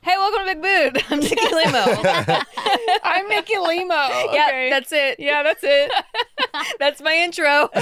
Hey, welcome to Big Mood. I'm Nikki Limo. I'm Nikki Limo. Yeah, okay. that's it. yeah, that's it. That's my intro.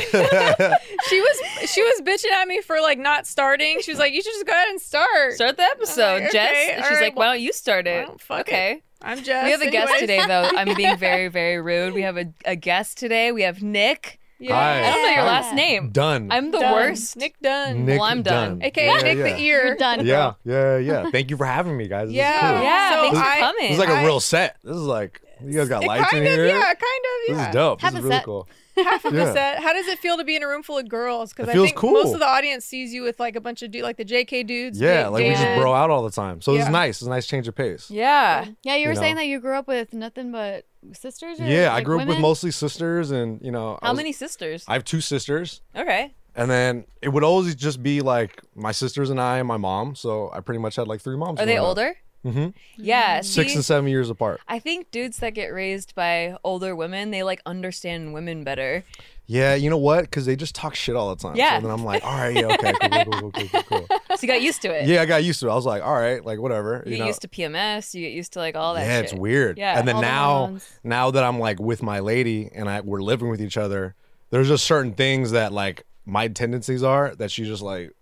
She was she was bitching at me for like not starting. She was like, "You should just go ahead and start." Start the episode, Okay, Jess. okay, all She's right, like, why don't you start it? well, fuck it. okay. I'm Jess. We have a guest anyways. today, though. I'm being very, very rude. We have a, a guest today. We have Nick. Yeah. Hi. I don't know your I'm last name. Done. I'm the Dunn. worst. Nick Dunn. Nick Well, I'm done. Dunn. AKA yeah, Nick yeah. the Ear. You're done. Yeah, yeah, yeah. Thank you for having me, guys. This is Yeah. cool. Yeah, So thanks for I- coming. This is like a I- real set. This is like you guys got It lights kind in of, here. yeah, kind of, yeah. This is dope. Have this is a really set. cool. Half of the Yeah. set. How does it feel to be in a room full of girls? Because It I feels think most cool. of the audience sees you with like a bunch of dudes, like the JK dudes. Yeah, Dave like we just David. bro out all the time. So Yeah. it's nice. It's a nice change of pace. Yeah. Yeah, you You were saying know. that you grew up with nothing but sisters. Or, Yeah, I like, grew up with women? mostly sisters and you know I Oh. How was- many sisters? I have two sisters. Okay. And then it would always just be like my sisters and I and my mom. So I pretty much had like three moms. Are they older? Mm-hmm. Yeah. Six see, and seven years apart. I think dudes that get raised by older women, they like understand women better. Yeah, you know what? Because they just talk shit all the time. Yeah. So then I'm like, all right, yeah, okay, cool, cool, cool, cool, cool, cool. So you got used to it. Yeah, I got used to it. I was like, all right, like whatever. You get used to PMS. You get used to like all that. yeah, shit. it's weird. Yeah, and then all the now, hormones. now that I'm like with my lady and I we're living with each other, there's just certain things that like my tendencies are that she just like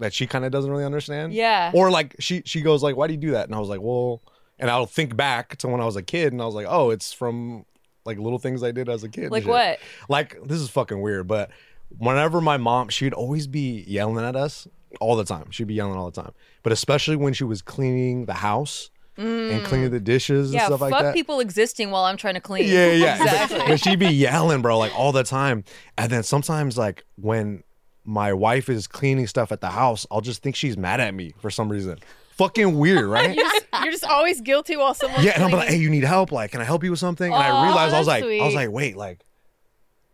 that she kind of doesn't really understand. Yeah. Or like she she goes like, why do you do that? And I was like, well, and I'll think back to when I was a kid and I was like, oh, it's from like little things I did as a kid. and like shit." what? like this is fucking weird, but whenever my mom, she'd always be yelling at us all the time. She'd be yelling all the time, but especially when she was cleaning the house and cleaning the dishes and Mm. Yeah. stuff Fuck like that. people existing while I'm trying to clean. yeah, yeah, Exactly. But she'd be yelling, bro, like all the time. And then sometimes, like when my wife is cleaning stuff at the house, I'll just think she's mad at me for some reason. Fucking weird, right? You're just always guilty while someone's yeah, and I'm cleaning. like, hey, you need help? Like, can I help you with something? And Aw, I realized I was that's like, I was sweet. like, wait, like,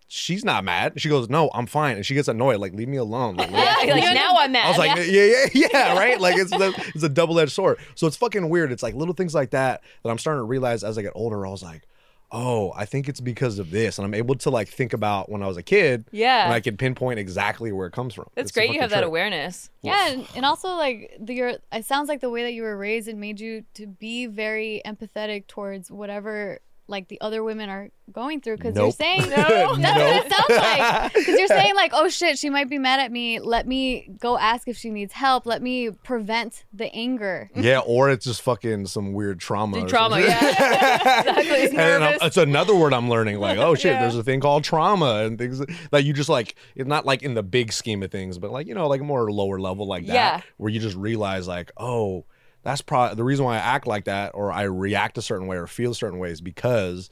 she's not mad. She goes, no, I'm fine, and she gets annoyed. Like, leave me alone. Like, leave- Yeah, like now I'm mad. I was like, yeah. yeah, yeah, yeah, right. Like it's the, it's a double edged sword. So it's fucking weird. It's like little things like that that I'm starting to realize as I get older. I was like, oh, I think it's because of this, and I'm able to like think about when I was a kid, Yeah. and I can pinpoint exactly where it comes from. That's It's a great. You fucking have that trip. awareness. Yeah, and, and also like the, your it sounds like the way that you were raised and made you to be very empathetic towards whatever like the other women are going through because you're Nope. saying oh, No. that's what it Nope. sounds like because you're saying like oh shit she might be mad at me let me go ask if she needs help let me prevent the anger Yeah, or it's just fucking some weird trauma. or Trauma, something. yeah. Exactly. And then I'm- Nervous. it's another word I'm learning. Like, oh shit, Yeah. there's a thing called trauma and things that you just like. It's not like in the big scheme of things, but like you know, like more lower level like that, Yeah. where you just realize like, oh, that's probably the reason why I act like that, or I react a certain way, or feel a certain way, is because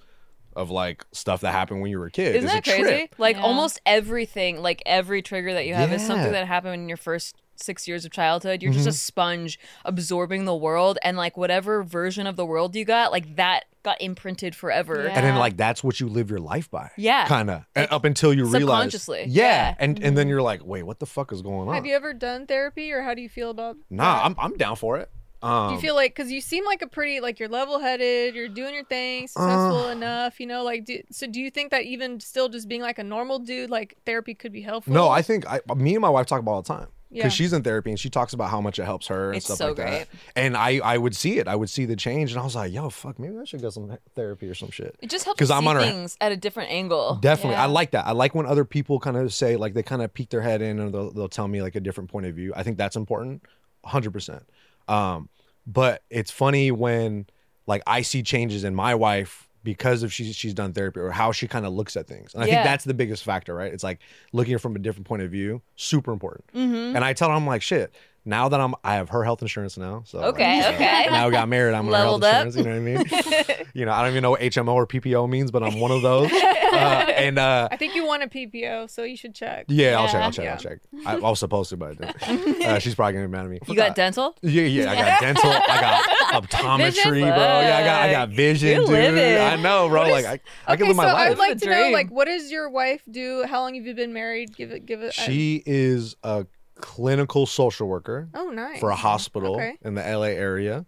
of like stuff that happened when you were a kid. Isn't It's that a crazy? trip. Like Yeah. almost everything, like every trigger that you have is something Yeah. Mm-hmm. that happened in your first six years of childhood. You're just a sponge absorbing the world and like whatever version of the world you got, like that got imprinted forever. Yeah. and then like that's what you live your life by. Yeah. kind of up until you realize subconsciously. Yeah, Yeah. Mm-hmm. and and then you're like, wait, what the fuck is going on? have you ever done therapy, or how do you feel about? nah, I'm I'm down for it. Um, Do you feel like because you seem like a pretty like you're level headed, you're doing your thing, Uh. successful enough, you know? Like, do, so do you think that even still just being like a normal dude, like therapy could be helpful? No, I think I, me and my wife talk about it all the time because Yeah. she's in therapy and she talks about how much it helps her and It's stuff so like great. that. And I, I would see it. I would see the change, and I was like, "Yo, fuck, maybe I should get some therapy or some shit." It just helps 'Cause see I'm on her- things at a different angle. Definitely, Yeah. I like that. I like when other people kind of say like they kind of peek their head in and they'll, they'll tell me like a different point of view. I think that's important, hundred percent. Um, but it's funny when like I see changes in my wife because of she's she's done therapy or how she kind of looks at things, and I Yeah. think that's the biggest factor, right? It's like looking from a different point of view, super important. mm-hmm. And I tell her, I'm like, shit. Now that I'm, I have her health insurance now. So like, Okay, so okay. Now we got married. I'm on her health Leveled up. insurance. You know what I mean? you know, I don't even know what HMO or PPO means, but I'm one of those. Uh, and uh, I think you want a PPO, so you should check. yeah, I'll Yeah. check. I'll check. Yeah. I'll check. I, I was supposed to, but I didn't. Uh, she's probably gonna be mad at me. You got dental? Yeah, yeah. I got dental. I got Vision? optometry, bro. Yeah, I got, I got vision, You're dude. living. I know, bro. like, I, I can okay, live my so life. I would like It's a to know, dream. like, what does your wife do? How long have you been married? Give it, give it. I- she is a clinical social worker oh, nice. for a hospital Okay. in the LA area.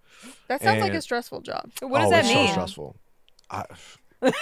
That sounds like a and- stressful job. What does oh, that it's mean? so stressful. I, He's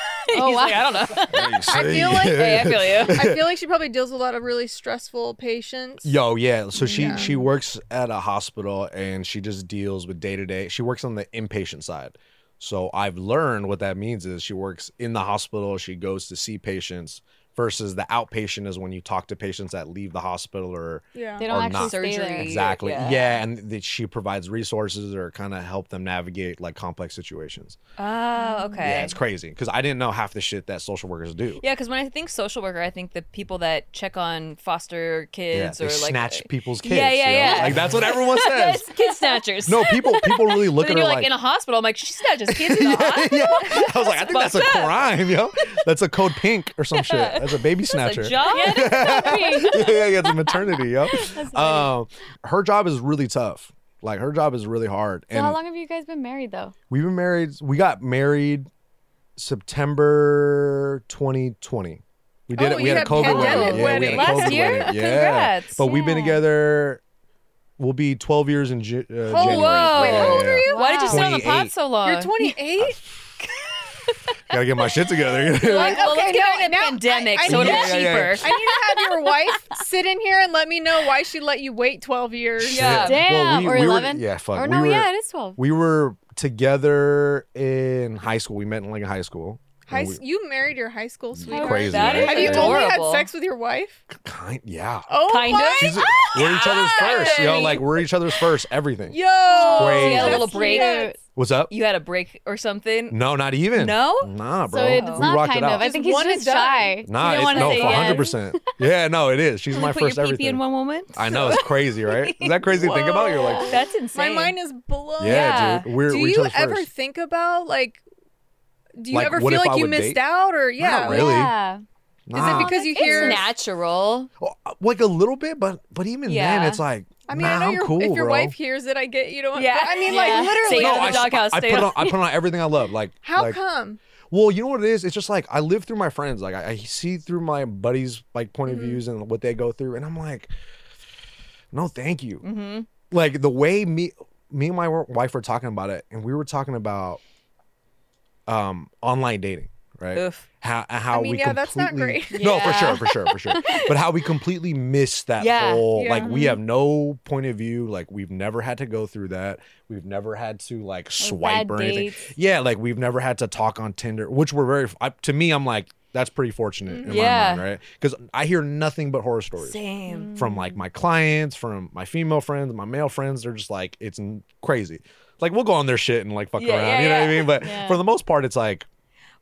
like, wow. I don't know. I feel like- Oh, hey, I feel you. I feel like she probably deals with a lot of really stressful patients. Yo, yeah. So she Yeah. she works at a hospital and she just deals with day to day. She works on the inpatient side. So I've learned what that means is she works in the hospital. She goes to see patients versus the outpatient is when you talk to patients that leave the hospital or Yeah. They don't Or actually not. stay there. Surgery. exactly yeah, yeah. and that she provides resources or kind of help them navigate like complex situations. Oh, okay. Yeah, it's crazy because I didn't know half the shit that social workers do. Yeah, because when I think social worker, I think the people that check on foster Yeah, kids they or like uh, snatch people's kids. Yeah, yeah, yo. yeah. Like that's what everyone says. Yes, kid snatchers. No, people people really look but then at her you're like, in a hospital. I'm like, she snatches kids in the hospital. yeah. I was like, I think that's a fucked up. crime, yo. That's a code pink or some shit. That's a baby That's snatcher. a job. yeah, yeah, yeah, it's a maternity, yo. Um, her job is really tough. Like her job is really hard. So how long have you guys been married though? We've been married. We got married September 2020. We Oh, did it. We you had a had COVID pandemic wedding. Yeah, we had a wedding. COVID Last year? wedding. Yeah. Congrats. But we've been Yeah. together. We'll be 12 years in Ju- uh, January. Oh, whoa. Yeah, How old yeah, are yeah. you? Why did you sit on the 28. pod so long? You're 28. Gotta get my shit together. Like, well, Okay, let's get now- out of the now I- pandemic, I so it'll need- be Yeah, yeah, yeah. cheaper. I need to have your wife sit in here and let me know why she let you wait 12 years. Yeah. Shit. Damn, or we 11? Were, yeah, fuck. Or Uh, we no, were, yeah, it is twelve. We were together in high school. We met in like high school. High, And we- you married your high school sweetheart. Crazy. That is right? Have you only had Adorable. sex with your wife? Kind, yeah. Oh Kind of. my She's a- we're each other's first, yo. God. Like we're each other's first. Everything. Yo, crazy. Yeah, a little that's break. nuts. What's up? You had a break or something? No, not even. No? Nah, bro. So it's We not rocked kind it out. of. I Just think he's one just and done. shy. Nah, you it's, don't no, want to for say hundred yes. percent. Yeah, no, it is. She's Only my put first your pee everything. in one woman. I know it's crazy, right? Is that crazy to think about? You're like, That's insane. My mind is blown. yeah, Yeah. dude, we're Do we're each you other's ever first. think about like? Do you Like, ever what feel if I like you would missed date? out or yeah? Not really. Yeah. Nah. Is it because you It's hear? natural. Oh, like a little bit, but but even Yeah. then, it's like, I mean, nah, I know am your, cool, if your bro. wife hears it, I get you don't. Yeah. but I mean, Yeah. like literally, Stay out of "Oh, I, the doghouse. I stay put out- on I put on everything I love. Like how like, come? Well, you know what it is? It's just like I live through my friends. Like I, I see through my buddies' like point Mm-hmm. of views and what they go through, and I'm like, no, thank you. Mhm. Like the way me me and my w- wife were talking about it, and we were talking about um online dating, right? Oof. How uh, how I mean, we yeah, completely that's not great. no for Yeah. sure for sure for sure, but how we completely missed that Yeah, whole yeah. like we have no point of view. Like we've never had to go through that. We've never had to like swipe bad or anything. dates. Yeah, like we've never had to talk on Tinder, which we're very. I, to me, I'm like that's pretty fortunate in Yeah. my mind, right? Because I hear nothing but horror stories Same. Mm. from like my clients, from my female friends, my male friends. They're just like it's n- crazy. Like we'll go on their shit and like fuck Yeah, around, yeah, you know what I yeah. mean? But Yeah. for the most part, it's like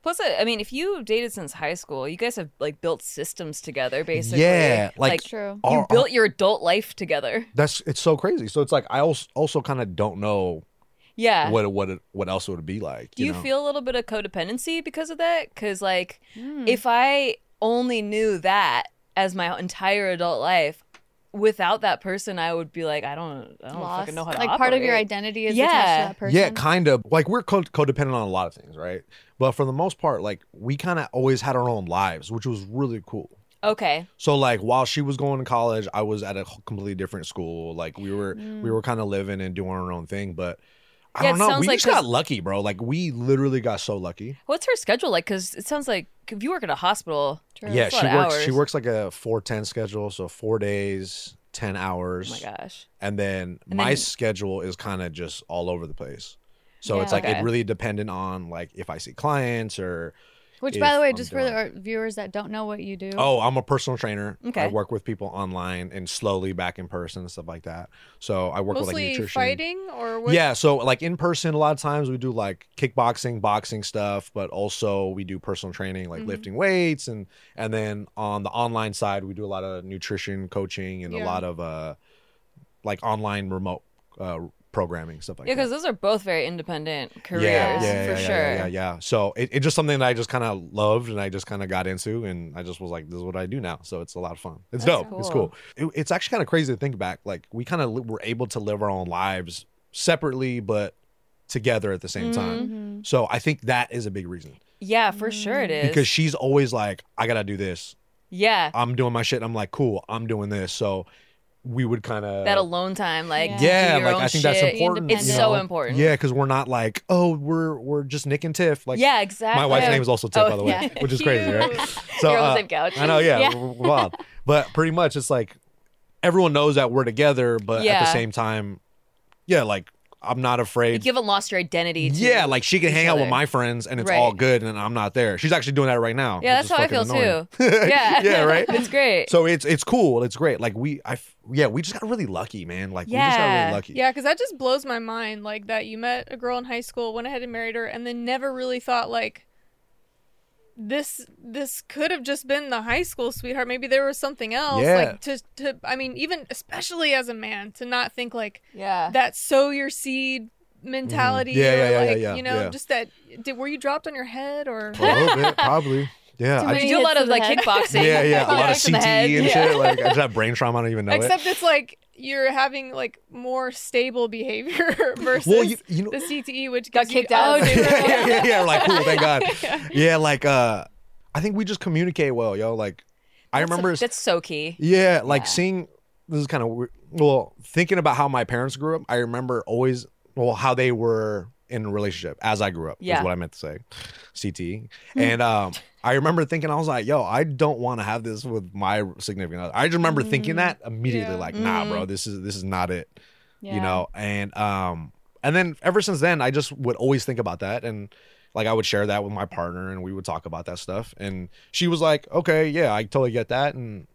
Plus, I I mean, if you dated since high school, you guys have like built systems together, basically. yeah, like, True. you our- built your adult life together. that's it's so crazy. So it's like I also also kind of don't know Yeah. what what it, what else it would be like. Do you know? feel a little bit of codependency because of that? Because like, Mm. if I only knew that as my entire adult life, without that person, I would be like, I don't, I don't Lost. fucking know how to like part of your operate. identity is Yeah. attached to that person. Yeah, kind of. Like we're co- codependent on a lot of things, right? But for the most part, like we kind of always had our own lives, which was really cool. Okay. So like while she was going to college, I was at a wh- completely different school. Like we were we were kind of living and doing our own thing, but I Mm. Yeah, it don't know. sounds We like just got 'cause- lucky, bro. Like we literally got so lucky. What's her schedule like? Because it sounds like if you work at a hospital, oh True. yeah, that's a she lot of works. She hours. works like a four ten schedule, so four days, ten hours. oh my gosh, and then And my then- schedule is kind of just all over the place. So it's Yeah. like it Okay. really dependent on like if I see clients or Which, by if the way, I'm just doing- for our viewers that don't know what you do, Oh, I'm a personal trainer. I Okay. work with people online and slowly back in person and stuff like that. So I work Mostly with like nutrition. fighting or what? Yeah, so like in person, a lot of times we do like kickboxing, boxing stuff, but also we do personal training, like Mhm. lifting weights, and and then on the online side, we do a lot of nutrition coaching and a Yeah. lot of uh, like online remote uh, programming stuff like yeah, that. because those are both very independent careers yeah, yeah, for yeah, yeah, sure. Yeah, yeah, yeah. So it, it's just something that I just kind of loved and I just kind of got into and I just was like, this is what I do now. So it's a lot of fun. It's That's dope. It's cool. cool. It- it's actually kind of crazy to think back. Like we kind of li- were able to live our own lives separately, but together at the same time. Mhm. So I think that is a big reason Yeah, for sure Mm-hmm. it is. because she's always like, I gotta do this. yeah, I'm doing my shit. I'm like, cool. I'm doing this. So we would kind of that alone time, like Yeah. do Uh, Yeah, your like own I think that's shit. Be important. It's you so know? important. Yeah, because we're not like, oh, we're we're just Nick and Tiff. Like yeah, exactly. my wife's name is also Tiff, Oh, by the way, yeah. which is crazy, right? Cute. So You're on uh, the same couch. I know, yeah, Yeah. w- w- wild. But pretty much, it's like everyone knows that we're together, but at the Yeah. same time, yeah, like I'm not Like, afraid. you haven't lost your identity. to- yeah, like she can each hang out with other. my friends and it's Right. all good, and I'm not there. She's actually doing that right now. Yeah, which that's how I feel is fucking annoying. too. Yeah, yeah, right. it's great. So it's it's cool. It's great. Like we, I, f- yeah, we just got really lucky, man. Like we just got Yeah. really lucky. Yeah, because that just blows my mind. Like that you met a girl in high school, went ahead and married her, and then never really thought like this this could have just been the high school sweetheart. Maybe there was something else. Yeah. Like to to I mean, even especially as a man, to not think like yeah, that sow your seed mentality. Mm-hmm. Yeah, or, yeah, yeah, yeah, like, yeah, You know, yeah. Oh, just that did were you dropped on your head or A little bit, probably. Yeah, Too I- many you do a lot hits of to the like head. kickboxing. yeah, yeah. A lot of Kicks in the CTE head. and Yeah. shit. Like I just have brain trauma. I don't even know it. except it's like you're having like more stable behavior versus Well, you, you know, the CTE, which Got gives you kicked out. all Oh, the- yeah, yeah, yeah, yeah. Like, cool, thank God. Yeah. Yeah, like uh I think we just communicate well, yo. Like I That's a- remember that's so key. yeah, like yeah. seeing this is kind of well, thinking about how my parents grew up, I remember always well how they were in a relationship as I grew up is Yeah. Hmm. what I meant to say. CTE. And um I remember thinking I was like, yo, I don't want to have this with my significant other. I just remember thinking Mm. that immediately Yeah. like, nah, Mm. bro, this is this is not it Yeah. you know and um and then ever since then i just would always think about that and like i would share that with my partner and we would talk about that stuff and she was like okay yeah i totally get that and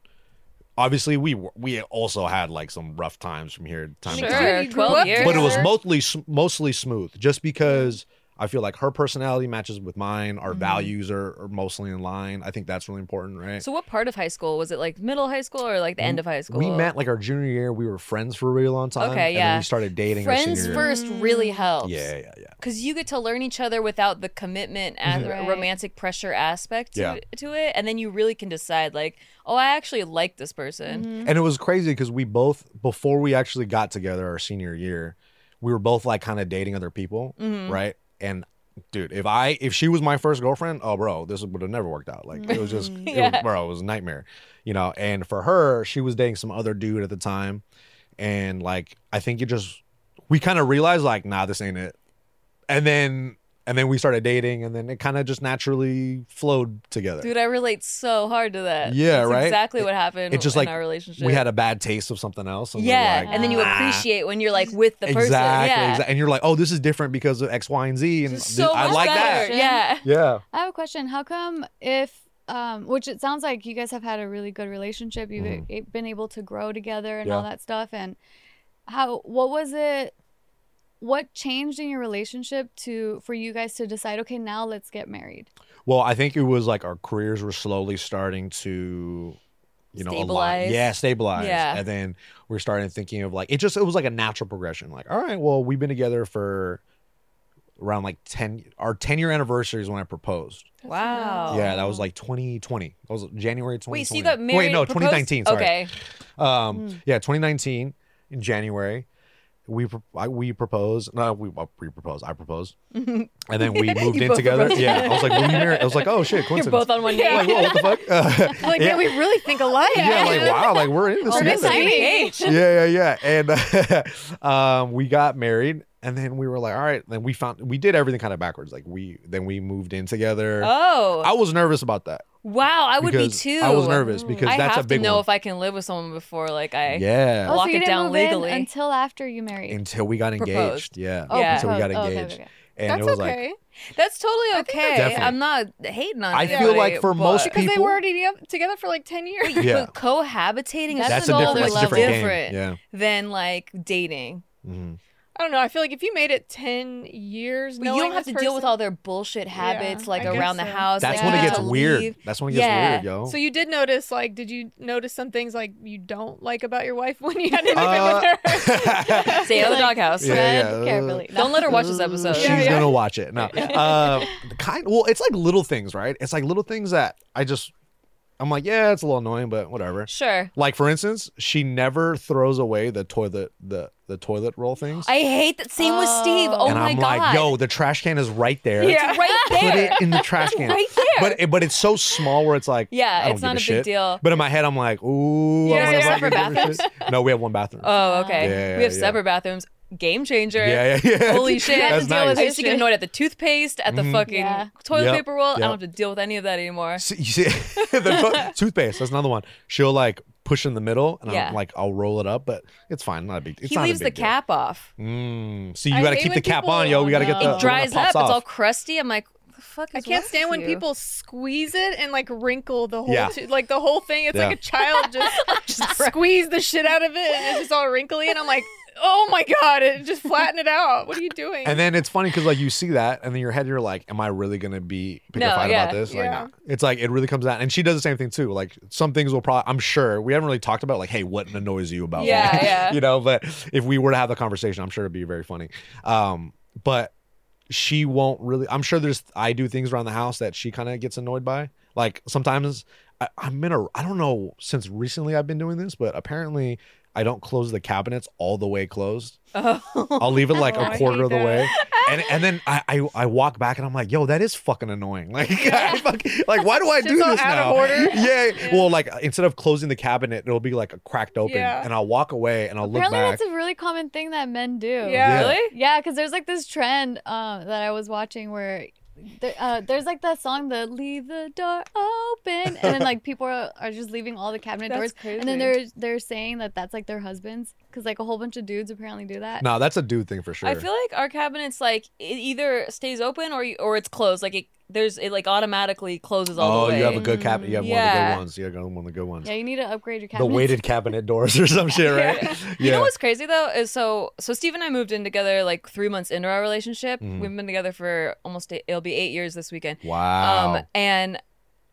obviously we were- we also had like some rough times from here time Sure, to time You grew up twelve years. but it was Sure. mostly s- mostly smooth Mm-hmm. just because i feel like her personality matches with mine our Mhm. values are, are mostly in line i think that's really important right So what part of high school was it? Like middle high school or like the end of high school? we met like our junior year we were friends for a really long time Okay, and then yeah. we started dating our Friends senior year. first really Mm. helps. yeah yeah yeah because you get to learn each other without the commitment and Mhm. Right. romantic pressure aspect to, Mm-hmm. Yeah. to it and then you really can decide like oh i actually like this person Mhm. And it was crazy because we both, before we actually got together our senior year, we were both like kind of dating other people, Mhm. Mm-hmm. right? And dude, if I if she was my first girlfriend, oh bro, this would have never worked out. Like it was just, it was- Yeah. bro, it was a nightmare, you know. And for her, she was dating some other dude at the time, and like I think it just we kind of realized like, nah, this ain't it. And then and then we started dating, and then it kind of just naturally flowed together. dude i relate so hard to that Yeah, That's right? exactly It- what happened it's just in like our relationship we had a bad taste of something else. And we're yeah like, and then you "Nah." appreciate when you're like with the person Exactly, yeah exact- And you're like, oh, this is different because of X, Y, and Z. And It's th- so I much like better. that. yeah Yeah. I have a question. How come if um, which it sounds like you guys have had a really good relationship. You've Mhm. a- been able to grow together and all Yeah. that stuff. And how what was it? What changed in your relationship to for you guys to decide? Okay, now let's get married. Well, I think it was like our careers were slowly starting to, you know, align. Stabilize. Yeah, stabilize. Yeah. And then we're starting thinking of like, it just, it was like a natural progression. Like, all right, well, we've been together for around like 10, our 10 year anniversary is when I proposed. wow Yeah, that was like 2020. That was January 2020. Oh. wait so you got married Wait, no, proposed- 2019. Sorry. okay Um, Hmm. Mm. yeah, 2019 in January, we pro- I, we proposed. No, we well, we proposed. I proposed, and then we moved You in both together. proposed. Yeah, I was like, "Will you marry?" I was like, "Oh shit, you're coincidence." both on one knee like, whoa, what the fuck? Uh, Like, yeah, man, we really think alike. yeah, like wow, like we're in this We're the together. same Honestly. age. Yeah, yeah, yeah. And um, we got married, and then we were like, "All right." Then we found we did everything kind of backwards. Like we then we moved in together. oh I was nervous about that. wow i would be because too I was nervous Ooh. because I that's have a big to know one. if i can live with someone before like i yeah. oh, Lock so you it didn't down move in legally. until after you married. until we got engaged. Proposed. Yeah. oh, yeah. Until we got proposed. Okay, engaged. okay, okay. And That's it was like, okay. That's totally I think that's okay. Definitely. I'm not hating on. I feel like anybody, for most but- because they people- were already toge- together for like 10 years. yeah. but cohabitating is That's That's a so different, another much that's a different, game. different Yeah. than like dating. Mhm. I don't know. I feel like if you made it 10 years, But you don't have to deal with all their bullshit habits Yeah, like I guess around the so. house. That's like, when you it have gets to weird. leave. That's when it gets Yeah. weird, yo. So you did notice, like, did you notice some things like you don't like about your wife when you had anything Uh, with her? Stay out of the doghouse. Yeah, Tread yeah, uh, carefully. No. Don't let her watch this episode. She's Yeah, yeah. gonna watch it. No, uh, the kind. Well, it's like little things, right? It's like little things that I just. I'm like, yeah, it's a little annoying, but whatever. Sure. Like for instance, she never throws away the toilet the the toilet roll things. I hate that. Same with Steve. Oh. Oh and my I'm god. like, yo, the trash can is right there. Yeah. It's right Put there. it in the trash can. right there. But it- but it's so small where it's like I yeah, don't it's give not a, big shit. deal. But in my head, I'm like, ooh, Yeah, I yeah. want to Separate bathrooms? No, we have one bathroom. Oh, okay. Yeah, we have yeah. separate bathrooms. Game changer. yeah, yeah, yeah. Holy shit. You have That's to deal nice. with I used to get shit. annoyed at the toothpaste, at the Mhm. fucking Yeah. toilet Yep, paper roll. I yep. don't have to deal with any of that anymore. See, you see, the to- toothpaste. That's another one. She'll like push in the middle, and Yeah. I'm like, I'll roll it up, but it's fine. Not a big. It's he not a leaves the big deal. cap off. Mm. See, I you got to hate keep when the cap people- on, yo. We got to oh, get no. the. It Uh, um, dries the one that up. pops It's all off. crusty. I'm like, what the fuck is I can't wrong stand with when you? people squeeze it and like wrinkle the whole Yeah. to- like the whole thing. It's Yeah. like a child just, just squeeze the shit out of it and it's just all wrinkly and I'm like, "Oh my god, it just flatten it out. What are you doing?" And then it's funny because like you see that, and in your head you're like, "Am I really gonna be pick No, a fight yeah, about this?" Like, yeah. nah. it's like it really comes out, and she does the same thing too. Like some things will probably, I'm sure we haven't really talked about like, "Hey, what annoys you about?" me?" Yeah, yeah. you know. But if we were to have the conversation, I'm sure it'd be very funny. Um, but she won't really. I'm sure there's I do things around the house that she kind of gets annoyed by. Like sometimes I, I'm in a I don't know since recently I've been doing this, but apparently I don't close the cabinets all the way closed. Oh. I'll leave it like Oh, a I quarter hate of the that. way, and and then I, I I walk back and I'm like, yo, that is fucking annoying. Like, I fuck- like why do I do Just all this out of now? order. Yeah. Yeah. Well, like instead of closing the cabinet, it'll be like a cracked open, Yeah. and I'll walk away and I'll Apparently, look back. that's a really common thing that men do. Yeah. Yeah. Really? Yeah, because there's like this trend um, that I was watching where there, uh, there's like that song, the leave the door open, and then like people are, are just leaving all the cabinet doors, That's and then crazy. they're they're saying that that's like their husbands, because like a whole bunch of dudes apparently do that. no, that's a dude thing for sure. I feel like our cabinets like it either stays open or you- or it's closed. Like it there's it like automatically closes all oh, the way. you have a good cabinet. You have one of the Yeah. good ones. You have one of the good ones. Yeah, you need to upgrade your the cabinet. weighted cabinet doors or some shit, right? Yeah. You know what's crazy though is so so Steve and I moved in together like three months into our relationship. Mhm. We've been together for almost eight, it'll be eight years this weekend. wow. Um, and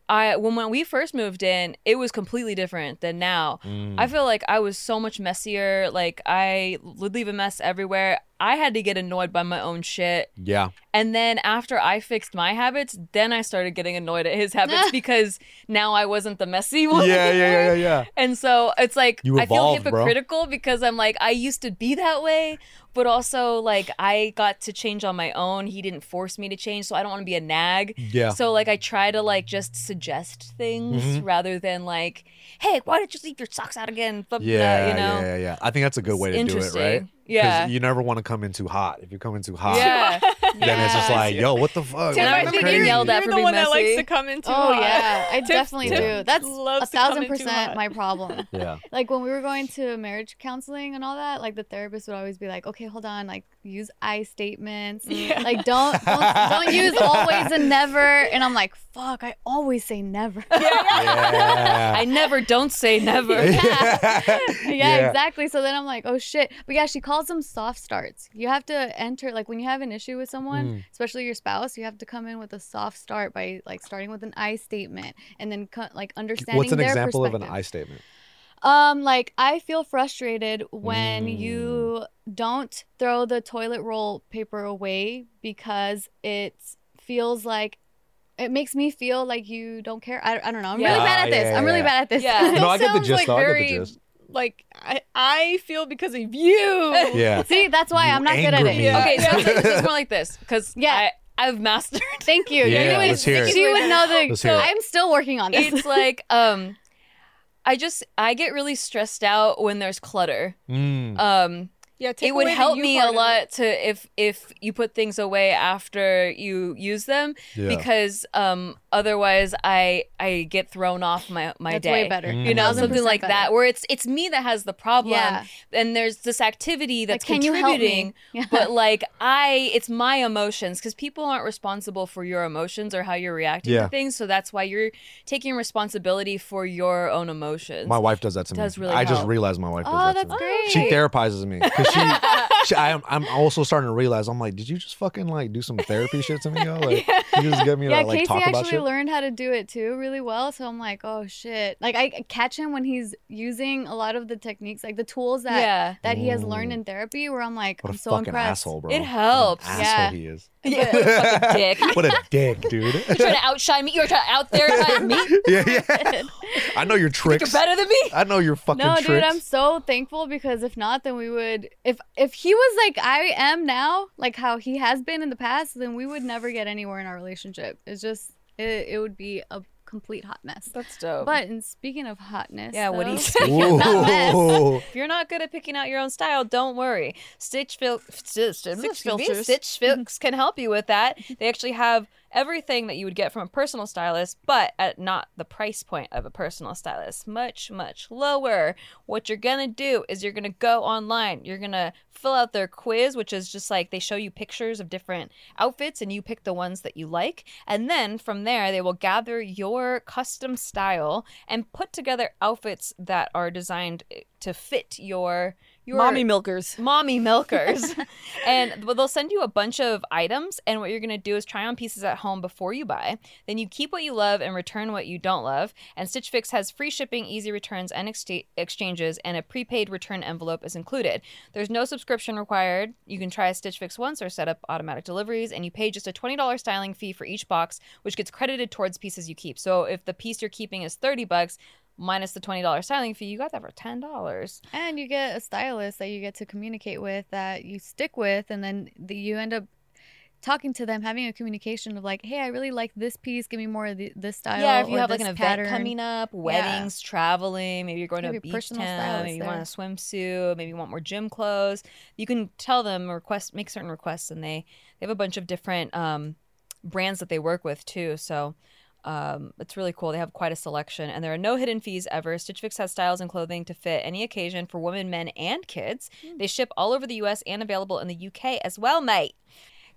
I when when we first moved in, it was completely different than now. Mm. I feel like I was so much messier. Like I would leave a mess everywhere. I had to get annoyed by my own shit. yeah. And then after I fixed my habits, then I started getting annoyed at his habits because now I wasn't the messy Yeah, one. yeah, anymore. yeah, yeah, yeah. And so it's like You I feel evolved, bro. hypocritical because I'm like I used to be that way, but also like I got to change on my own. He didn't force me to change, so I don't want to be a nag. Yeah. So like I try to like just suggest things Mhm. rather than like, hey, why don't you leave your socks out again? Blah, blah, blah, Yeah, you know. yeah, yeah, yeah. I think that's a good It's way to do it, right? interesting. 'Cause Yeah. you never want to come in too hot. If you come in too hot, Yeah. then it's just like, yo, what the fuck? Tim, Tim, And I I'm think getting you're, yelled at you're for the being one that likes messy. to come in too Oh hot. yeah, I Tiff- definitely Tiff do. That's a loves to come thousand in too percent hot. my problem. Yeah. like when we were going to marriage counseling and all that like the therapist would always be like okay hold on like use i statements Yeah. like don't, don't don't use always and never and i'm like fuck i always say never yeah, I Yeah. never don't say never. exactly so then i'm like oh shit but yeah she calls them soft starts you have to enter like when you have an issue with someone Mm. especially your spouse you have to come in with a soft start by like starting with an i statement and then co- like understanding What's an their example of an perspective. I statement? Um, like I feel frustrated when Mm. you don't throw the toilet roll paper away because it feels like it makes me feel like you don't care. I, I don't know. I'm Yeah. really bad Ah, at this. yeah, I'm really yeah. bad at this. Yeah. No, I That get the sounds, gist, like, though. I get the very, gist. Like I, I feel because of you. Yeah. See, that's why You I'm not good at anger it. me. Okay, so Yeah. it's, like, so it's more like this because Yeah. yeah, I, I've mastered. Thank you. Yeah, you would, let's hear it. She would know the. Let's So hear it. I'm still working on this. It's like um, I just I get really stressed out when there's clutter. Mm. Um, Yeah, take it would away the help you me part a of it. lot to if if you put things away after you use them Yeah. because um otherwise I I get thrown off my my That's day. way better. Mm-hmm. Mm. You know, 1000% something like better. that, um, where it's it's me that has the problem, Yeah. and there's this activity Like, that's can you help contributing. me? Yeah. but like I, it's my emotions because people aren't responsible for your emotions or how you're reacting Yeah. to things. So that's why you're taking responsibility for your own emotions. My wife does that to me. Does really I just help. realized my wife does oh, that that's to me. great. She therapizes me because she Sh- I am, I'm also starting to realize I'm like, did you just fucking like do some therapy shit to me? Yo? Like, you just get me yeah, to like Casey talk about actually shit. learned how to do it too really well. So I'm like, oh shit! Like I catch him when he's using a lot of the techniques, like the tools that yeah. that he has learned Ooh. in therapy. Where I'm like, What I'm a so fucking impressed. asshole, bro. It What an helps. Asshole Yeah. he is. Yeah, fucking dick. what a dick, dude. You're trying to outshine me. You're trying to out there me. yeah, yeah. I know your Think tricks. You're better than me. I know your fucking No, tricks. dude, I'm so thankful because if not, then we would. If if he was like I am now, like how he has been in the past, then we would never get anywhere in our relationship. It's just it, it would be a complete hot mess. That's dope. But in speaking of hotness, yeah, what do you though- say? Ooh. If you're not good at picking out your own style, don't worry. Stitch, fil- sti- sti- Stitch excuse me, filters. Stitch Fix can help you with that. They actually have everything that you would get from a personal stylist, but at not the price point of a personal stylist. Much, much lower. What you're going to do is you're going to go online. You're going to fill out their quiz, which is just like they show you pictures of different outfits and you pick the ones that you like. And then from there, they will gather your custom style and put together outfits that are designed eh, to fit your your Mommy milkers. mommy milkers and well, they'll send you a bunch of items and what you're going to do is try on pieces at home before you buy then you keep what you love and return what you don't love and stitch fix has free shipping easy returns and exta- exchanges and a prepaid return envelope is included there's no subscription required you can try stitch fix once or set up automatic deliveries and you pay just a $20 styling fee for each box which gets credited towards pieces you keep so if the piece you're keeping is 30 bucks minus the $20 styling fee you got that for $10 And you get a stylist that you get to communicate with, that you stick with, and then the, you end up talking to them, having a communication of like, "Hey, I really like this piece. Give me more of the, this style." Yeah, if you or have like an this event pattern. coming up, weddings, traveling, maybe you're going to Maybe a beach personal town, stylist maybe you want a swimsuit, maybe you want more gym clothes. You can tell them request, make certain requests, and they they have a bunch of different um, brands that they work with too. So. Um, it's really cool. They have quite a selection, and there are no hidden fees ever. Stitch Fix has styles and clothing to fit any occasion for women, men, and kids. Hmm. They ship all over the U.S. and available in the U.K. as well, mate.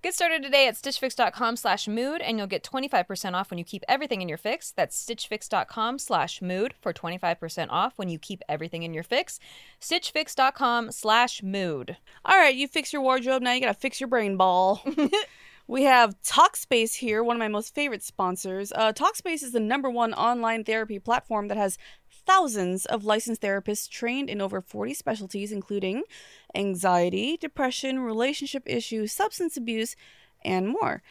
Get started today at stitchfix.com slash mood and you'll get 25% off when you keep everything in your fix. That's stitchfix.com slash mood for 25% off when you keep everything in your fix. stitchfix.com slash mood. All right, you fix your wardrobe. Now you got to fix your brain ball. we have Talkspace here, one of my most favorite sponsors. Uh, Talkspace is the number one online therapy platform that has thousands of licensed therapists trained in over 40 specialties, including anxiety, depression, relationship issues, substance abuse, and more.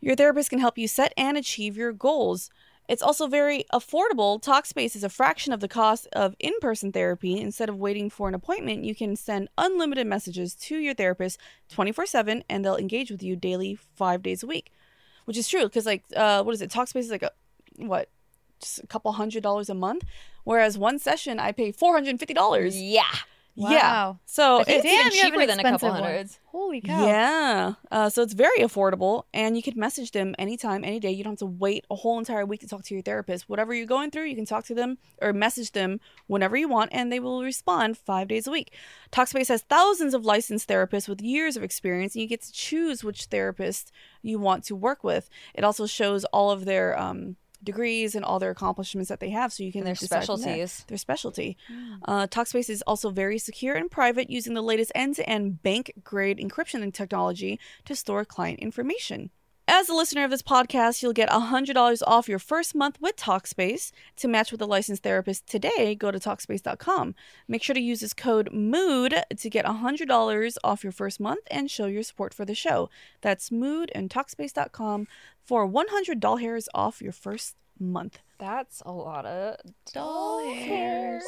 Your therapist can help you set and achieve your goals. It's also very affordable. Talkspace is a fraction of the cost of in person therapy. Instead of waiting for an appointment, you can send unlimited messages to your therapist 24 7 and they'll engage with you daily, five days a week, which is true because, like, uh, what is it? Talkspace is like a, what, just a couple hundred dollars a month. Whereas one session, I pay $450. Yeah. Yeah. Wow. So I think it's even Oh, Damn, it's you have an cheaper than a couple expensive one. hundreds. Holy cow! yeah. Uh, so it's very affordable, and you can message them anytime, any day. You don't have to wait a whole entire week to talk to your therapist. Whatever you're going through, you can talk to them or message them whenever you want, and they will respond five days a week. Talkspace has thousands of licensed therapists with years of experience, and you get to choose which therapist you want to work with. It also shows all of their um, degrees and all their accomplishments that they have, so you can And their decide from there specialties. their specialty. Uh, Talkspace is also very secure and private, using the latest end to end bank grade encryption and technology to store client information. As a listener of this podcast, you'll get $100 off your first month with Talkspace. To match with a licensed therapist today, go to Talkspace.com. Make sure to use this code MOOD to get $100 off your first month and show your support for the show. That's MOOD and Talkspace.com for $100 off your first month. That's a lot of Doll hairs.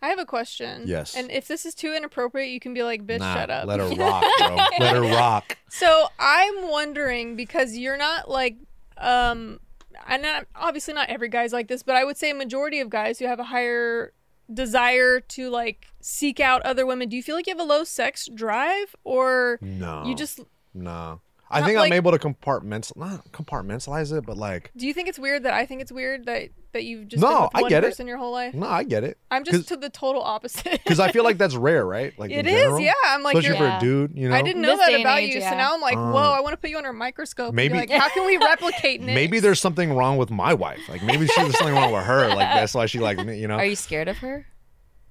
I have a question. Yes. And if this is too inappropriate, you can be like, bitch, Nah, shut up. Let her rock, bro. let her rock. So I'm wondering because you're not like, um, and not, obviously not every guy's like this, but I would say a majority of guys who have a higher desire to like seek out other women. Do you feel like you have a low sex drive, or No. you just no. I Not think like- I'm able to compartmentalize, not compartmentalize it, but like, do you think it's weird that I think it's weird that that you've just No, been with I one get it. person your whole life? no, I get it. I'm 'Cause- just to the total opposite. Because I feel like that's rare, right? Like it in is, general? yeah. I'm like, especially you're, for Yeah. a dude. You know, I didn't know This day that and about age, you, yeah. so now I'm like, Uh, whoa, I want to put you under a microscope. Maybe maybe- like, how can we replicate? Nick? maybe there's something wrong with my wife. Like maybe she, there's something wrong with her. Like that's why she like me, you know. Are you scared of her?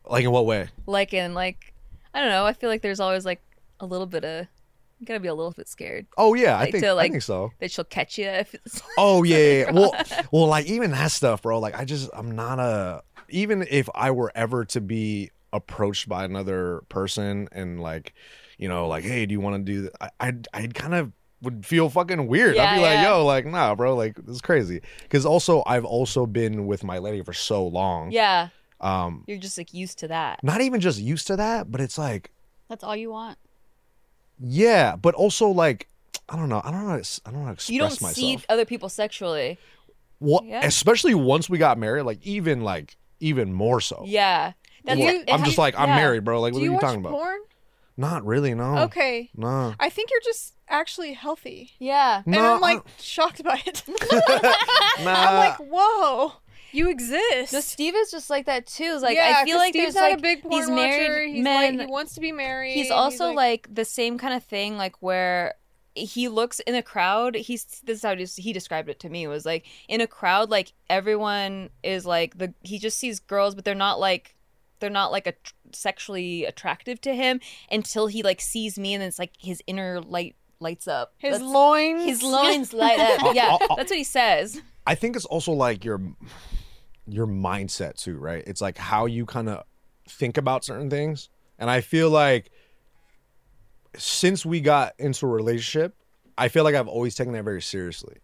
like in what way? Like in like I don't know. I feel like there's always like a little bit of you gotta be a little bit scared Oh yeah, I Like, think to, I like- think so. that she'll catch you. If it's... Oh yeah, yeah, yeah. well, well, like even that stuff, bro. Like I just, I'm not a. Even if I were ever to be approached by another person and like, you know, like, hey, do you want to do? That? I, I'd, I'd kind of would feel fucking weird. I'd Yeah, be like, yeah. yo, like, nah, bro, like this is crazy. Because also, I've also been with my lady for so long. yeah, Um, you're just like used to that. not even just used to that, but it's like That's all you want. Yeah, but also like I don't know. I don't know. How to, s- I don't know. How to express You don't myself. see other people sexually. Well, yeah. especially once we got married, like even like even more so. Yeah, that's Well, you- I'm have just like I'm yeah. married, bro. Like Do what are you you watch talking about? porn? Not really. No. Okay. No. I think you're just actually healthy. Yeah, And No, I'm like shocked by it. I, nah. I'm like, whoa, you exist. no, Steve is just like that too. It's Like yeah, I feel 'cause like Steve's there's not like a big porn these married watcher. He's men. Like, he wants to be married. he's also like, the same kind of thing like where he looks in a crowd he's this is how des- he described it to me was like in a crowd like everyone is like the he just sees girls but they're not like they're not like a sexually attractive to him until he like sees me and then it's like his inner light lights up his That's- loins. his loins light up yeah I'll- I'll- that's what he says I think it's also like your your mindset too, right? It's like how you kind of think about certain things. And I feel like since we got into a relationship, I feel like I've always taken that very seriously.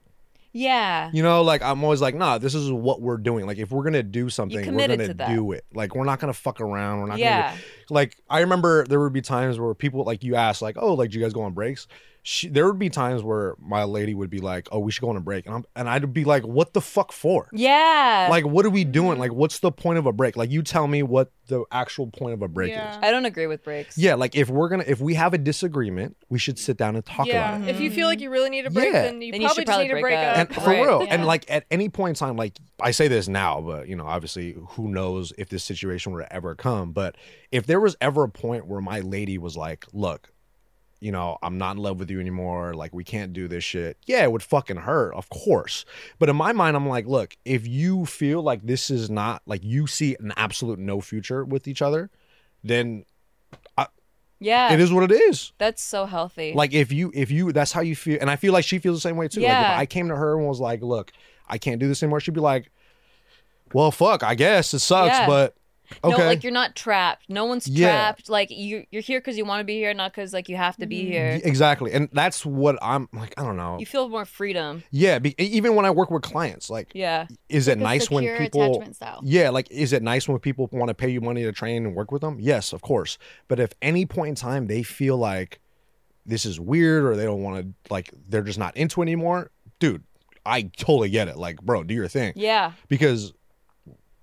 yeah You know, like I'm always like, nah, this is what we're doing. Like if we're gonna do something, we're committed gonna to that. do it. Like we're not gonna fuck around. We're not yeah gonna like I remember there would be times where people like you asked like, oh, like do you guys go on breaks? She, there would be times where my lady would be like, oh, we should go on a break, and I'm and I'd be like, what the fuck for? yeah Mm-hmm. Like what are we doing? Like what's the point of a break? Like you tell me what the actual point of a break yeah. is. i don't agree with breaks Yeah, like if we're gonna if we have a disagreement, we should sit down and talk about it. yeah. If you feel like you really need a break, Yeah. then you Then you probably should just probably need to break break up. up. and for Right. real and Yeah. like at any point in time like i say this now but you know obviously who knows if this situation were to ever come but if there was ever a point where my lady was like look you know i'm not in love with you anymore like we can't do this shit yeah it would fucking hurt of course but in my mind i'm like look if you feel like this is not like you see an absolute no future with each other then yeah it is what it is that's so healthy like if you if you that's how you feel and i feel like she feels the same way too like Yeah. if i came to her and was like look i can't do this anymore she'd be like well fuck i guess it sucks Yeah. but okay No, like you're not trapped. No one's Yeah. trapped. Like you, you're here because you want to be here, not because like you have to be Mm. here. exactly and that's what i'm like i don't know You feel more freedom. yeah be, e, even when i work with clients like Yeah, is it The nice when secure people attachment style. yeah like is it nice when people want to pay you money to train and work with them yes of course but if any point in time they feel like this is weird or they don't want to like they're just not into it anymore dude i totally get it like bro do your thing yeah, because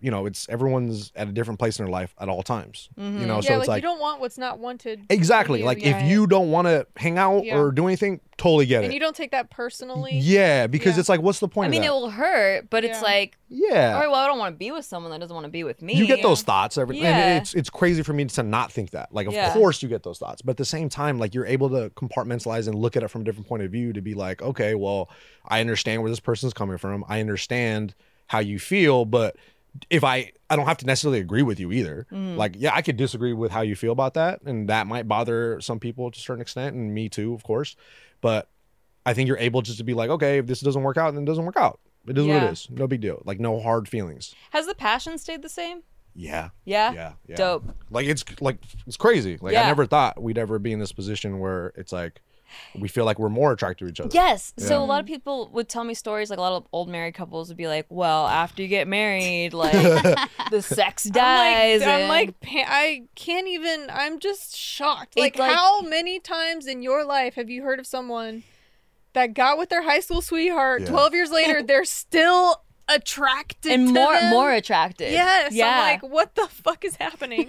you know it's everyone's at a different place in their life at all times you Mhm. know Yeah, so like, it's like you don't want what's not wanted. exactly you, like yeah. if you don't want to hang out Yeah. or do anything totally get And you it don't take that personally. yeah because Yeah. it's like what's the point I mean of it that will hurt, but Yeah. it's like, all yeah right, well, I don't want to be with someone that doesn't want to be with me. you get those thoughts every and Yeah. it's it's crazy for me to not think that like of Yeah. course you get those thoughts but at the same time like you're able to compartmentalize and look at it from a different point of view to be like okay well i understand where this person's coming from i understand how you feel but if i i don't have to necessarily agree with you either Mhm. like yeah i could disagree with how you feel about that and that might bother some people to a certain extent and me too of course but i think you're able just to be like okay if this doesn't work out then it doesn't work out it is what Yeah. it is no big deal like no hard feelings Has the passion stayed the same? yeah Yeah, yeah, yeah. dope. Like it's like it's crazy. Like I Yeah. never thought we'd ever be in this position where it's like we feel like we're more attracted to each other. Yes. Yeah. So a lot of people would tell me stories. Like a lot of old married couples would be like, "Well, after you get married, like the sex I'm dies." like, I'm and- like pa- I can't even. I'm just shocked. Like, like- how many times in your life have you heard of someone that got with their high school sweetheart? Yeah. Twelve years later, they're still attracted and to more them? more attractive. Yes. I'm Yeah. like, what the fuck is happening?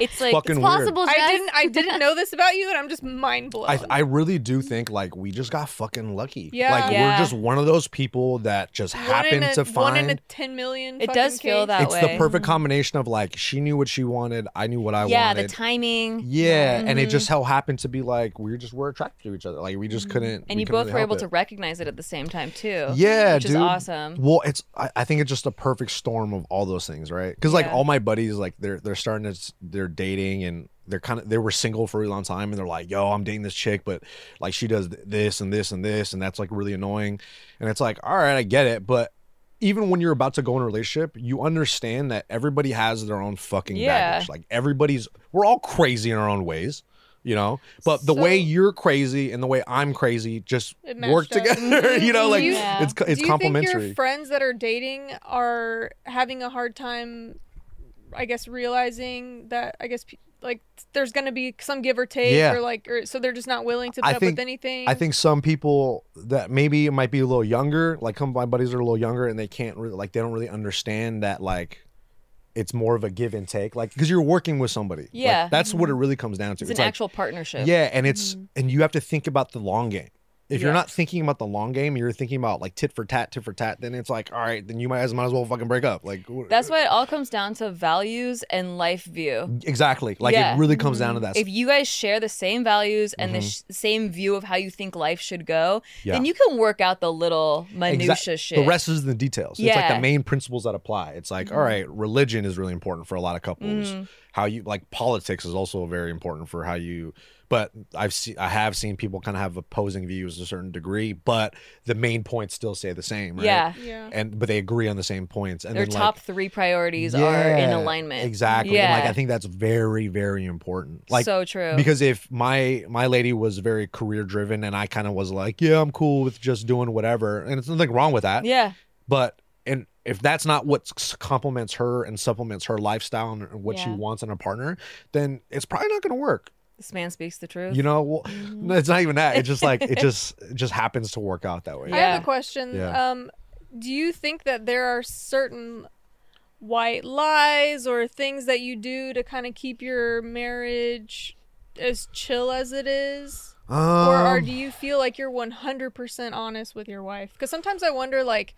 it's like Fucking weird. It's possible, I guys. didn't. I didn't know this about you, and I'm just mind blown. I, I really do think like we just got fucking lucky. Yeah. Like Yeah. we're just one of those people that just One in happened a- to one in a find ten million. It does fucking feel case. that it's the way. perfect combination of like she knew what she wanted, I knew what I yeah, wanted. the timing. yeah, and it Mhm. just how happened to be like we just were attracted to each other. Like we just couldn't. Mm-hmm. and we you couldn't both really were help able it. to recognize it at the same time too. Yeah, which dude. is awesome. Well, it's I, I think it's just a perfect storm of all those things, right? Because like Yeah. all my buddies, like they're they're starting to s- they're dating and they're kind of they were single for a really long time and they're like yo i'm dating this chick but like she does th- this and this and this and that's like really annoying and it's like all right i get it but even when you're about to go in a relationship you understand that everybody has their own fucking Yeah. baggage like everybody's we're all crazy in our own ways you know but the So- way you're crazy and the way i'm crazy just It matched work up. Mm-hmm. together you know Do like you- Yeah. it's co- it's Do you think your complementary friends that are dating are having a hard time, I guess, realizing that I guess pe- like there's going to be some give or take, Yeah. or like, or so they're just not willing to put I up think- with anything. I think some people that maybe might be a little younger, like some of my buddies are a little younger and they can't really, like, they don't really understand that, like, it's more of a give and take. Like, because you're working with somebody. Like, Yeah. Mm-hmm. that's what it really comes down to. It's an Mm-hmm. like, actual partnership. yeah. And it's, and you have to think about the long game. If you're Yeah. not thinking about the long game, you're thinking about like tit for tat, tit for tat, then it's like, all right, then you might as, might as well fucking break up. Like, wh- That's why it all comes down to values and life view. exactly. Like, Yeah. Mm-hmm. it really comes down to that. If you guys share the same values and the Mm-hmm. sh- same view of how you think life should go, then you can work out the little minutia Exact- shit. The rest is in the details. It's like Yeah. Mm-hmm. the main principles that apply. It's like, all right, religion is really important for a lot of couples. How you like politics is also very important for how you. But I've seen, I have seen people kind of have opposing views to a certain degree, but the main points still stay the same, right? Yeah. yeah. And but they agree on the same points. And Their then, like, top three priorities are in yeah, alignment. Exactly. And, Yeah. like I think that's very, very important. Like so true. because if my my lady was very career driven and I kind of was like, yeah, I'm cool with just doing whatever, and it's nothing wrong with that yeah. but and if that's not what s- complements her and supplements her lifestyle and what she Yeah. wants in a partner then it's probably not going to work This man speaks the truth. you know well, Mm-hmm. it's not even that it's just like it just it just happens to work out that way I have Yeah. a question. Yeah. Um, do you think that there are certain white lies or things that you do to kind of keep your marriage as chill as it is? or are, Um, do you feel like you're 100% honest with your wife? Because sometimes I wonder, like,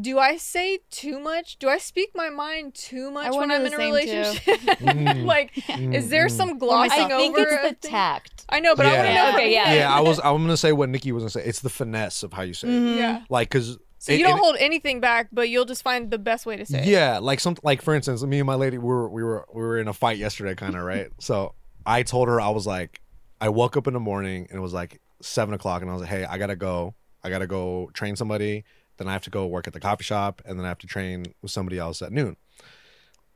do I say too much? Do I speak my mind too much when wonder I'm the in a same too. relationship? Mm. like, mm, is there mm. some I glossing think over? it's of the things? tact. I know, but I want to Yeah. know. from Okay, you. yeah. yeah i was i'm gonna say what nikki was gonna say it's the finesse of how you say it. Mhm. Yeah. like because So you don't hold anything back, but you'll just find the best way to say it. Yeah, like some like for instance, me and my lady we were we were we were in a fight yesterday, kind of right. so I told her I was like, I woke up in the morning and it was like seven o'clock, and I was like, hey, I gotta go, I gotta go train somebody. Then I have to go work at the coffee shop, and then I have to train with somebody else at noon,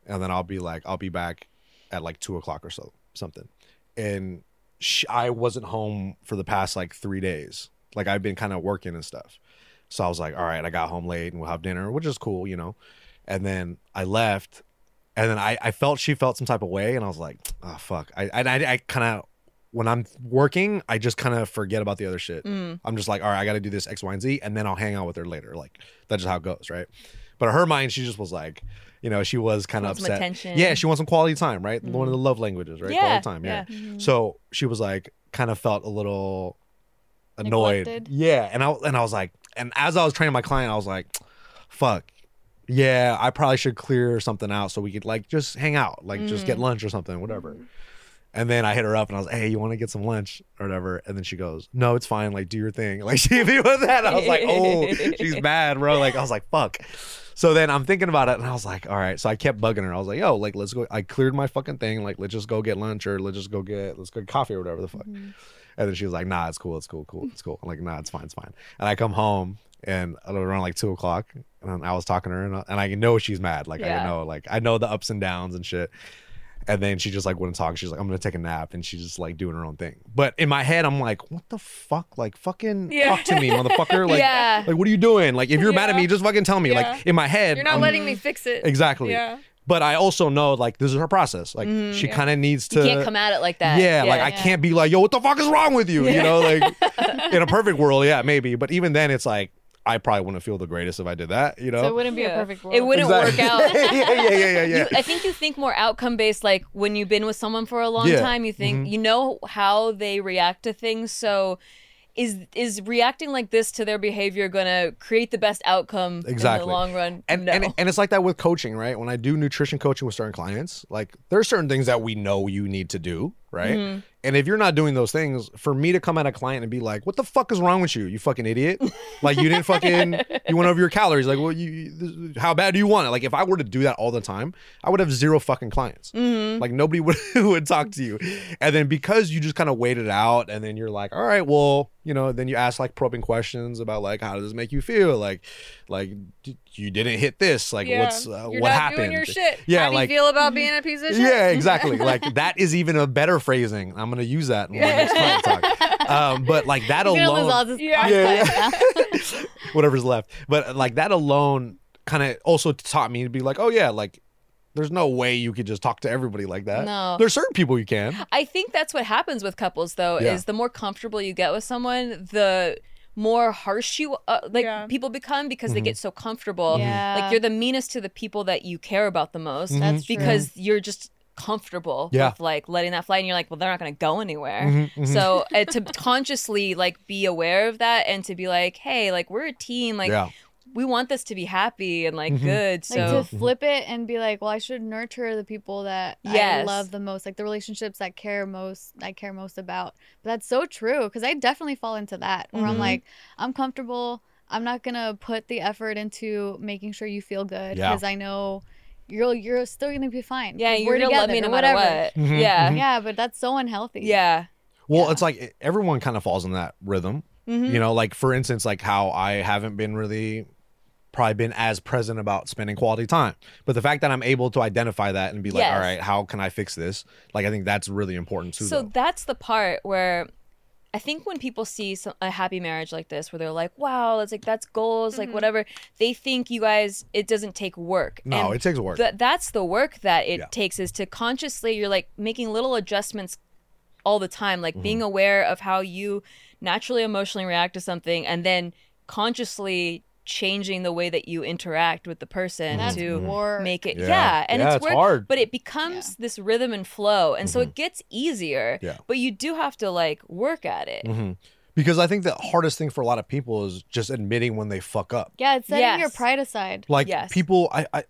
and then I'll be like, I'll be back at like two o'clock or so something, and she, I wasn't home for the past like three days. Like I've been kind of working and stuff. So I was like, all right, I got home late and we'll have dinner, which is cool, you know. And then I left, and then I, I felt she felt some type of way, and I was like, oh fuck. I I, I, I kind of when I'm working, I just kind of forget about the other shit. Mm. I'm just like, all right, I got to do this X, Y, and Z, and then I'll hang out with her later. Like that's just how it goes, right? But in her mind, she just was like, you know, she was kind of Wants some upset. attention. Yeah, she wants some quality time, right? Mhm. One of the love languages, right? Yeah, quality time, yeah. Mhm. So she was like, kind of felt a little annoyed. Neglected. Yeah, and I and I was like, and as I was training my client, I was like, fuck, yeah, I probably should clear something out so we could like just hang out, like just get lunch or something, whatever. And then I hit her up and I was like, hey, you want to get some lunch or whatever? And then she goes, no, it's fine. Like, do your thing. Like, she hit me with that. I was like, oh, she's mad, bro. Like, I was like, fuck. So then I'm thinking about it and I was like, all right. So I kept bugging her. I was like, yo, like, let's go. I cleared my fucking thing. Like, let's just go get lunch or let's just go get, let's go get coffee or whatever the fuck. And then she was like, nah, it's cool. It's cool. Cool. It's cool. I'm like, nah, it's fine. It's fine. And I come home and around like two o'clock and I was talking to her and I, and I know she's mad. Like, I Yeah. know, like, I know the ups and downs and shit. And then she just like wouldn't talk. She's like, I'm gonna take a nap, and she's just like doing her own thing. But in my head, I'm like, what the fuck? Like, fucking Yeah. talk to me, motherfucker. Like, yeah. like what are you doing? Like, if you're mad at Yeah. me, just fucking tell me. Yeah. Like in my head, You're not I'm- letting me fix it. Um, exactly. Yeah. But I also know like this is her process. Like she kind of needs to. you can't come at it like that. Yeah, like I can't be like, yo, what the fuck is wrong with you? You know, like in a perfect world, yeah, maybe. But even then, it's like I probably wouldn't feel the greatest if I did that. You know, So it wouldn't be a Yeah. perfect world. It wouldn't Exactly. work out. yeah, yeah, yeah, yeah, yeah. You, I think you think more outcome based. Like when you've been with someone for a long Yeah. Mm-hmm. time, you think you know how they react to things. So, is is reacting like this to their behavior gonna create the best outcome in Exactly. the long run? and, no. and and it's like that with coaching, right? When I do nutrition coaching with certain clients, like there are certain things that we know you need to do, right? And if you're not doing those things, for me to come at a client and be like, "What the fuck is wrong with you? You fucking idiot! Like you didn't fucking you went over your calories. Like, well, you- you this, how bad do you want it? Like, if I were to do that all the time, I would have zero fucking clients. Mhm. Like nobody would would talk to you. And then because you just kind of waited out, and then you're like, all right, well, you know, then you ask like probing questions about like how does this make you feel? Like, like d- you didn't hit this. Like, Yeah. what's uh, You're what not happened? doing your shit. Yeah, How do like- you feel about being a piece of shit? Yeah, exactly. like that is even a better phrasing. I'm gonna use that in my next client talk. Um, but like that He's gonna lose all alone, this. Yeah. all Yeah, this time. whatever's left. But like that alone, kind of also taught me to be like, oh yeah, like there's no way you could just talk to everybody like that. No. there's certain people you can. I think that's what happens with couples, though, Yeah. is the more comfortable you get with someone, the more harsh you uh, like Yeah. people become because they Mhm. get so comfortable. yeah. Like you're the meanest to the people that you care about the most Mhm. That's true. because you're just comfortable Yeah. with like letting that fly, and you're like, well, they're not going to go anywhere. Mhm, mhm. So uh, to consciously like be aware of that and to be like, hey, like we're a team, like yeah, we want this to be happy and like Mhm. good. Like So to flip it and be like, well, I should nurture the people that I Yes. love the most, like the relationships that care most, I care most about. But that's so true because I definitely fall into that where Mhm. I'm like, I'm comfortable. I'm not gonna put the effort into making sure you feel good Yeah. because I know you're you're still gonna be fine. yeah, 'cause you're going to love me no or matter what. Mhm, Yeah. mhm. Yeah, but that's so unhealthy. Yeah. Well, Yeah. it's like e, everyone kind of falls in that rhythm. Mm-hmm. Mhm. You know, like for instance, like how I haven't been really probably been as present about spending quality time. But the fact that I'm able to identify that and be like, Yes. all right, how can I fix this? Like I think that's really important too. So though. that's the part where I think when people see some, a happy marriage like this, where they're like, "Wow, it's like that's goals, like Mhm. whatever," they think you guys it doesn't take work. no, And it takes work. th- that's the work that it Yeah. takes is to consciously you're like making little adjustments all the time, like being Mm-hmm. aware of how you naturally emotionally react to something, and then consciously changing the way that you interact with the person and that's to work. make it yeah, Mm-hmm. Yeah. and Yeah, it's, it's work, hard. but it becomes this rhythm and flow and so it gets easier Yeah. but you do have to like work at it hmm Because I think the hardest thing for a lot of people is just admitting when they fuck up. yeah, it's setting your Yes. pride aside. Like Yes. people, I, I,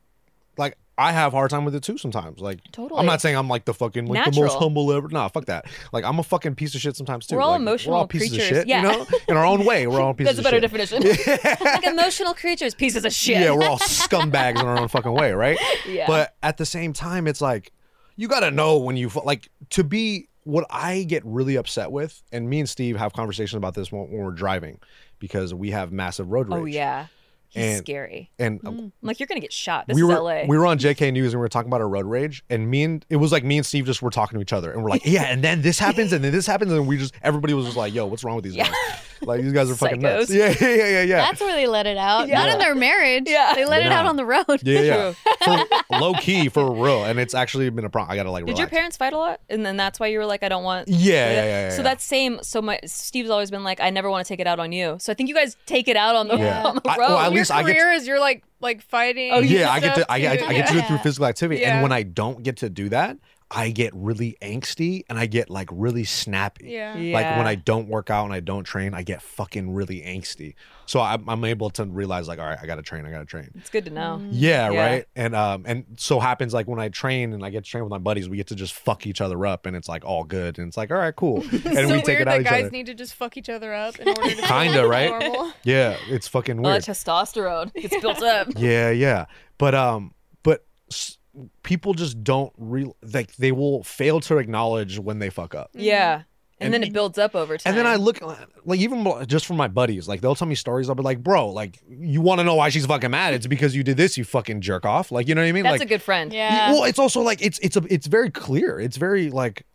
like I have a hard time with it too sometimes. Like totally I'm not saying I'm like the fucking like the most Natural. humble ever. Nah, fuck that. Like I'm a fucking piece of shit sometimes too. We're all Like, emotional We're all pieces creatures. of shit. Yeah. You know, in our own way, we're all pieces that's a better of shit. definition like emotional creatures pieces of shit Yeah, we're all scumbags in our own fucking way, right? Yeah. But at the same time, it's like you got to know when you fu- like to be what I get really upset with, and me and Steve have conversations about this when, when we're driving because we have massive road rage. oh yeah he's And- scary and uh, I'm like you're gonna get shot this we is were la we were on JK News and we were talking about our road rage, and me and it was like me and Steve just were talking to each other, and we're like, yeah, and then this happens, and then this happens, and we just everybody was just like, yo, what's wrong with these Yeah. guys? Like these guys are fucking nuts. Psychos. Yeah, yeah, yeah, yeah, yeah. That's where they let it out. Not Yeah. in their marriage. Yeah. They let it out No. on the road. yeah, yeah. yeah. For, low key for real, and it's actually been a problem. I gotta like. did relax. your parents fight a lot and then that's why you were like i don't want Yeah, yeah, yeah. yeah so yeah. that's same. So my Steve's always been like, I never want to take it out on you. So I think you guys take it out on the, Yeah. on the road. I- well, at Your least I get career is you're like like fighting. Oh, and yeah, I get stuff, to I, I, I too. get to do it through Yeah. physical activity, Yeah. and when I don't get to do that, I get really angsty and I get like really snappy. Yeah. Yeah. Like when I don't work out and I don't train, I get fucking really angsty. So I'm, I'm able to realize like, all right, I gotta train, I gotta train. Mm, it's good to know. Yeah, Yeah. right. And um, and so happens like when I train and I get to train with my buddies, we get to just fuck each other up, and it's like all good, and it's like all right, cool, and It's so we weird take it that out each guys other. need to just fuck each other up in order to feel Kinda, right? normal. yeah, it's fucking All weird. that testosterone gets built up. yeah yeah but um but s- people just don't real like they will fail to acknowledge when they fuck up Yeah. And, And then it builds up over time. and then i look like even mo- just from my buddies like they'll tell me stories i'll be like bro like you want to know why she's fucking mad it's because you did this you fucking jerk off like you know what i mean That's like a good friend. Yeah. well it's also like it's it's a it's very clear it's very like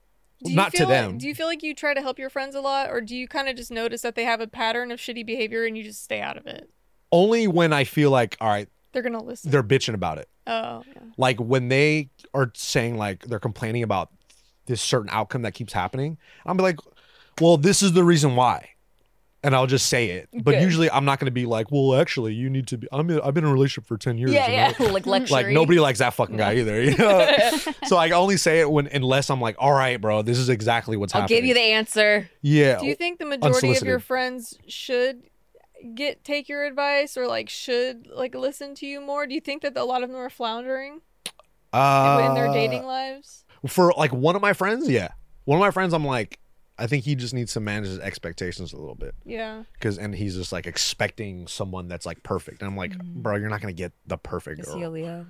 Do you not to feel like- them do you feel like you try to help your friends a lot, or do you kind of just notice that they have a pattern of shitty behavior and you just stay out of it? only when i feel like all right They're gonna listen. they're bitching about it oh, yeah. like when they are saying like they're complaining about this certain outcome that keeps happening i'm like well this is the reason why and i'll just say it but Good. usually i'm not going to be like well actually you need to be i'm in, i've been in a relationship for 10 years Yeah, and yeah. I- like luxury. like nobody likes that fucking guy either you know so i only say it when unless i'm like all right bro this is exactly what's I'll happening give you the answer. yeah do you think the majority of your unsolicited. friends should get take your advice or like should like listen to you more? Do you think that a lot of them are floundering uh, in their dating lives? for like one of my friends yeah one of my friends i'm like I think he just needs to manage his expectations a little bit Yeah. because and he's just like expecting someone that's like perfect, and I'm like, bro, you're not gonna get the perfect Mm-hmm. Is he a girl. Leo?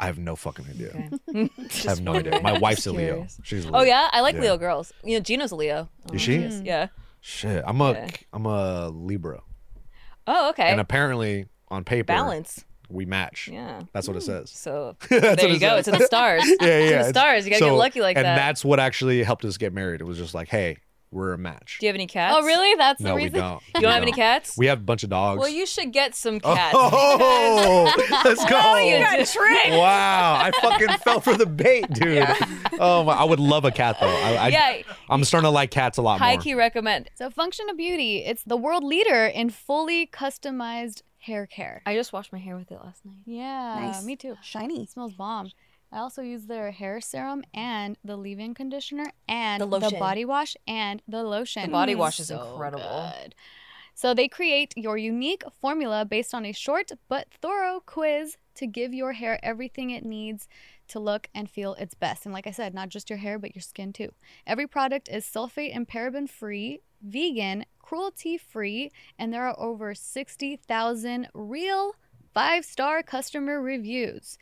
I have no fucking idea. Okay. I have no idea. My wife's a Leo. curious. She's a Leo. Oh yeah, I like Yeah. Leo girls. You know, Gino's a Leo. Is she? Yes, Yeah. Shit, I'm a Yeah. am a Libra, Oh, okay. and apparently on paper Balance. we match. Yeah. That's what it says. So That's there what you it go. It's says. in the stars. yeah, yeah. It's in the it's- stars. You gotta get so- lucky like and that. that's what actually helped us get married. It was just like, hey, we're a match. Do you have any cats? Oh, really? That's no, the we reason. don't. You don't have any cats? We have a bunch of dogs. well, you should get some cats. Oh, let's go. got tricked. wow, I fucking fell for the bait, dude. Oh, my, I would love a cat though. I, I, yeah. I'm starting to like cats a lot High more. key recommend. So, Function of Beauty, it's the world leader in fully customized hair care. I just washed my hair with it last night. Yeah, Nice. me too. Shiny. It smells bomb. I also use their hair serum and the leave-in conditioner and The the, lotion. body wash and the lotion. The body Mm, wash is so incredible. good. So they create your unique formula based on a short but thorough quiz to give your hair everything it needs to look and feel its best. And like I said, not just your hair but your skin too. Every product is sulfate and paraben free, vegan, cruelty free, and there are over 60,000 real five star customer reviews.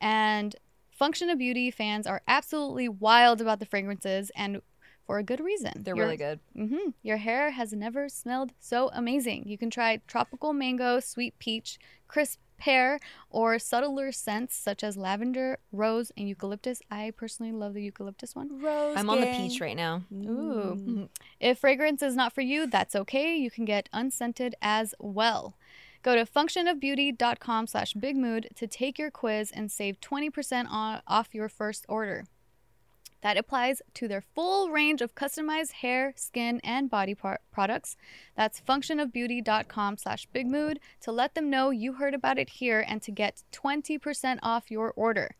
And Function of Beauty fans are absolutely wild about the fragrances and for a good reason. They're Your- really good. hmm Your hair has never smelled so amazing. You can try tropical mango, sweet peach, crisp pear, or subtler scents such as lavender, rose, and eucalyptus. I personally love the eucalyptus one. Rose I'm on the gang. peach right now. Ooh. Mm. If fragrance is not for you, that's okay. You can get unscented as well. Go to functionofbeauty.com slash bigmood to take your quiz and save 20% on, off your first order. That applies to their full range of customized hair, skin, and body par- products. That's functionofbeauty.com slash bigmood to let them know you heard about it here and to get 20% off your order.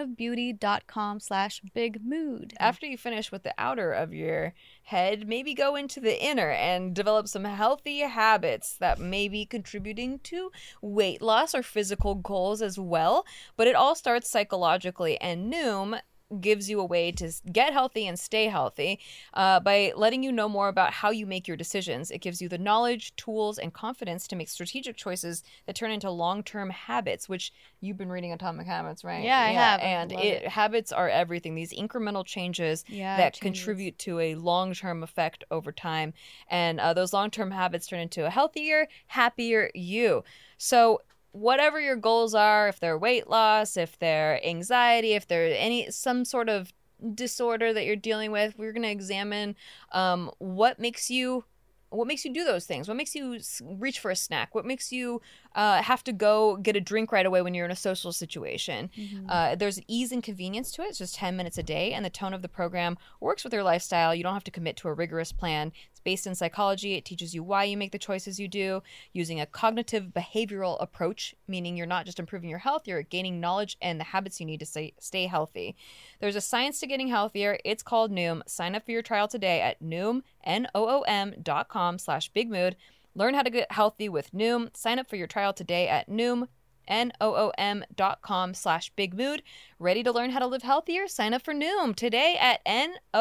functionofbeauty.com slash bigmood. After you finish with the outer of your head, maybe go into the inner and develop some healthy habits that may be contributing to weight loss or physical goals as well. But it all starts psychologically, and Noom gives you a way to s- get healthy and stay healthy uh, by letting you know more about how you make your decisions. It gives you the knowledge, tools, and confidence to make strategic choices that turn into long term habits, which you've been reading Atomic Habits, right? Yeah, I have. I And love it, habits are everything, these incremental changes Yeah, that changes. contribute to a long term effect over time. And uh, those long term habits turn into a healthier, happier you. So, whatever your goals are, if they're weight loss, if they're anxiety, if they're any some sort of disorder that you're dealing with, we're going to examine um, what makes you what makes you do those things what makes you s- reach for a snack what makes you uh, have to go get a drink right away when you're in a social situation uh, there's ease and convenience to it. It's just 10 minutes a day, and the tone of the program works with your lifestyle. You don't have to commit to a rigorous plan. It's based in psychology. It teaches you why you make the choices you do using a cognitive behavioral approach, meaning you're not just improving your health, you're gaining knowledge and the habits you need to stay, stay healthy. There's a science to getting healthier. It's called Noom. Sign up for your trial today at Noom, N-O-O-M dot com slash big mood. Learn how to get healthy with Noom. Sign up for your trial today at Noom, N-O-O-M dot com slash big mood. Ready to learn how to live healthier? Sign up for Noom today at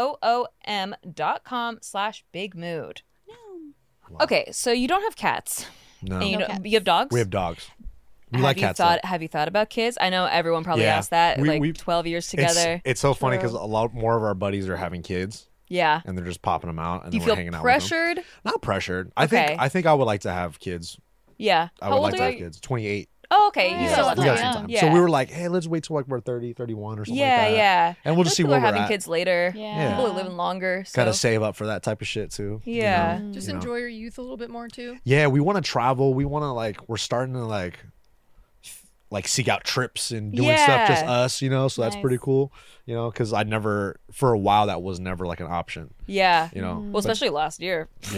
N-O-O-M dot com slash big mood. Okay, so you don't have cats. No, And you, No don't- cats. you have dogs? we have dogs. We like you cats. though. Thought, have you thought about kids? I know everyone probably Yeah. asked that We- like we- 12 years It's- together. It's, so funny because a True. lot more of our buddies are having kids, yeah. and they're just popping them out, and Do you then feel we're hanging out pressured? with them. Not pressured. I Okay. think I think I would like to have kids. Yeah. I How would old like are to have you? kids. Twenty eight. Oh, okay. Yeah. You Yeah. still have we lot got of time. some time. time. Yeah. So we were like, hey, let's wait till like we're 30, 31 or something yeah, like that. yeah. And we'll Most just see people where are we're having at. kids later. Yeah. People are living longer. So. Gotta save up for that type of shit too. you Yeah. know? Just You know? enjoy your youth a little bit more too. Yeah, we want to travel. We want to like we're starting to like f- like seek out trips and doing stuff just Yeah. us, you know. So that's Nice. pretty cool, you know, because I never for a while that was never like an option, Yeah. you know. Mm, Well, especially last year. Yeah,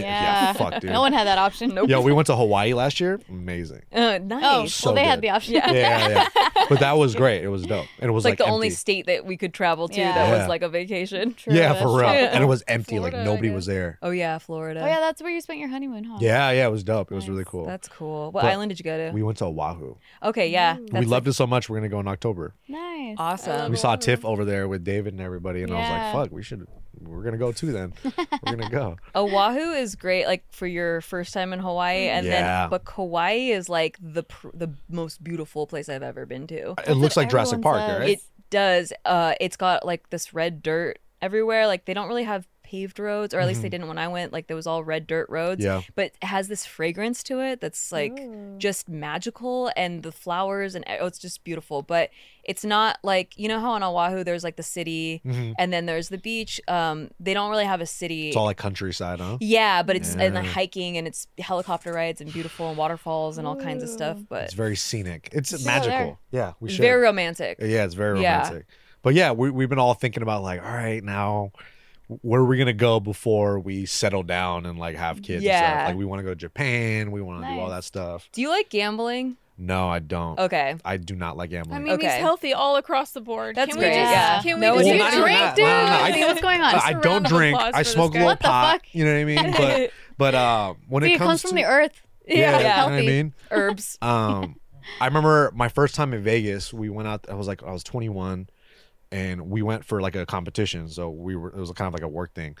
Yeah. fuck, dude. No one had that option. Nope. Yo, we went to Hawaii last year. Amazing. Uh, Oh, nice. so well, they had good. the option. Yeah. Yeah, yeah, yeah. but that was great. It was dope, and it was It's like, like, the only empty. state that we could travel to Yeah. that Yeah. was like a vacation. True, yeah, that's for real, true. and it was empty. like Florida, I nobody guess. was there. Oh, yeah. Florida. Oh yeah, that's where you spent your honeymoon, huh? Yeah, yeah, it was dope. It was really Nice. cool. That's cool. What But island did you go to? we went to Oahu. okay, yeah. we that's loved it so much. We're gonna go in October. Nice. awesome. we saw Tiff over there with David and everybody, and I was Yeah. like, "Fuck, we should we're gonna go too. Then we're gonna go. Oahu is great, like for your first time in Hawaii, and Yeah. then but Kauai is like the pr- the most beautiful place I've ever been to. It looks what like Jurassic everyone Park, says. right? It does. Uh, it's got like this red dirt everywhere. Like they don't really have paved roads, or at least they didn't when I went. Like there was all red dirt roads. Mm-hmm. yeah. But it has this fragrance to it that's like just magical, and the flowers and oh, it's just beautiful. But it's not like you know how on Oahu there's like the city, Mhm. and then there's the beach. Um, they don't really have a city. It's all like countryside, huh? Yeah, but it's and the Yeah. hiking and it's helicopter rides and beautiful and waterfalls and all kinds of stuff. But It's very scenic. It's should go magical. Yeah, we it's should. very romantic. yeah, it's very Yeah. romantic. But yeah, we, we've been all thinking about like, all right, now where are we gonna go before we settle down and like have kids? And Yeah. stuff? Like we want to go to Japan. We want to do all Nice. that stuff. Do you like gambling? No, I don't. Okay. I do not like gambling. I mean, Okay. he's healthy all across the board. That's can great. We just, Yeah. Can No, we it's just not get a even drink, that. dude? No, no, no, I- Wait, what's going on? Just I a don't round of drink. applause I for smoke a this little What the pot. fuck? You know what I mean? But but uh, when See, it it comes comes, from to the earth. Yeah. you know what I Healthy. mean? Herbs. Um, I remember my first time in Vegas. We went out. I was like, I was 21, and we went for like a competition. So we were. It was kind of like a work thing,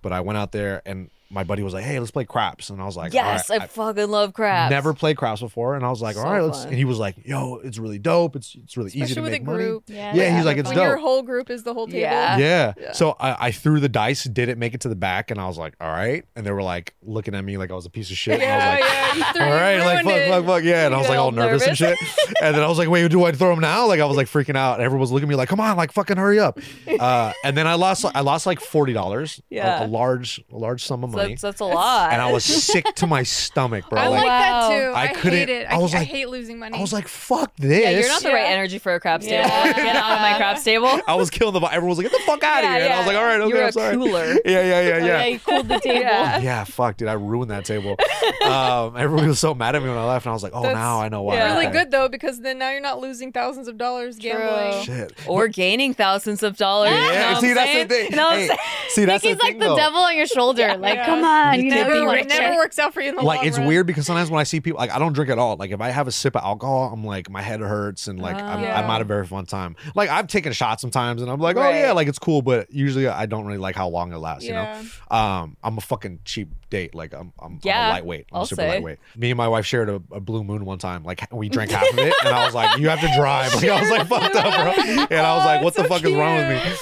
but I went out there, and my buddy was like, "Hey, let's play craps," and I was like, "All yes, right." I fucking love crabs. Never played craps before, and I was like, So "All right, let's." fun. And he was like, "Yo, it's really dope. It's it's really easy to Especially with a make money." group. Yeah. Yeah, he's that's like, what it's I'm When your dope. whole group is the whole table. Yeah. Yeah. Yeah. So I, I threw the dice, didn't make it to the back, and I was like, "All right," and they were like looking at me like I was a piece of shit. and I was Yeah, like, yeah. You threw, all right, you like ruined fuck, it. fuck, fuck, yeah. And I was get like all all nervous, and shit. And then I was like, wait, do I throw him now? Like I was like freaking out. And everyone was looking at me like, come on, like fucking hurry up. Uh, and then I lost, I lost like forty dollars, Yeah. a, large, a large sum of So money, that's, that's a lot. and I was sick to my stomach, bro. I like like Wow. that too. I I, couldn't- hate it. I I, was I like- hate losing money. I was like, fuck this. yeah, you're not the right Yeah. energy for a craps Yeah. table. Get out of my craps table. I was killing the. vi- Everyone was like, get the fuck out of Yeah, here. And I was yeah. like, all right, okay, You're I'm a Oh, sorry. cooler. Yeah, yeah, yeah, yeah. you cooled the table. Yeah. yeah, fuck, dude, I ruined that table. Um, everybody was so mad at me when I left, and I was like, oh, That's now I know why. yeah. really Okay. good though because then now you're not losing thousands of dollars gambling. Shit. Or gaining thousands of dollars. you know Yeah, what see, I'm that's saying? the thing. You know what I'm Hey, saying? see, that's He's the like thing, the though. devil on your shoulder. Like, come on, you Never, need to be it rich. never works out for you in the like long it's run. weird because sometimes when I see people, like I don't drink at all. Like if I have a sip of alcohol, I'm like my head hurts and like Oh, I'm, Yeah. I'm out of very fun time. Like I've taken shots sometimes and I'm like, Right. oh yeah, like it's cool, but usually I don't really like how long it lasts. Yeah. You know, um, I'm a fucking cheap date. Like I'm, I'm, Yeah, I'm a lightweight. I'm I'll super say. lightweight. Me and my wife shared a, a blue moon one time. Like we drank half of it, and I was like, you have to drive. Like I was like fucked up, bro. And I was Oh, like, what the fuck is wrong with me?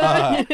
Uh,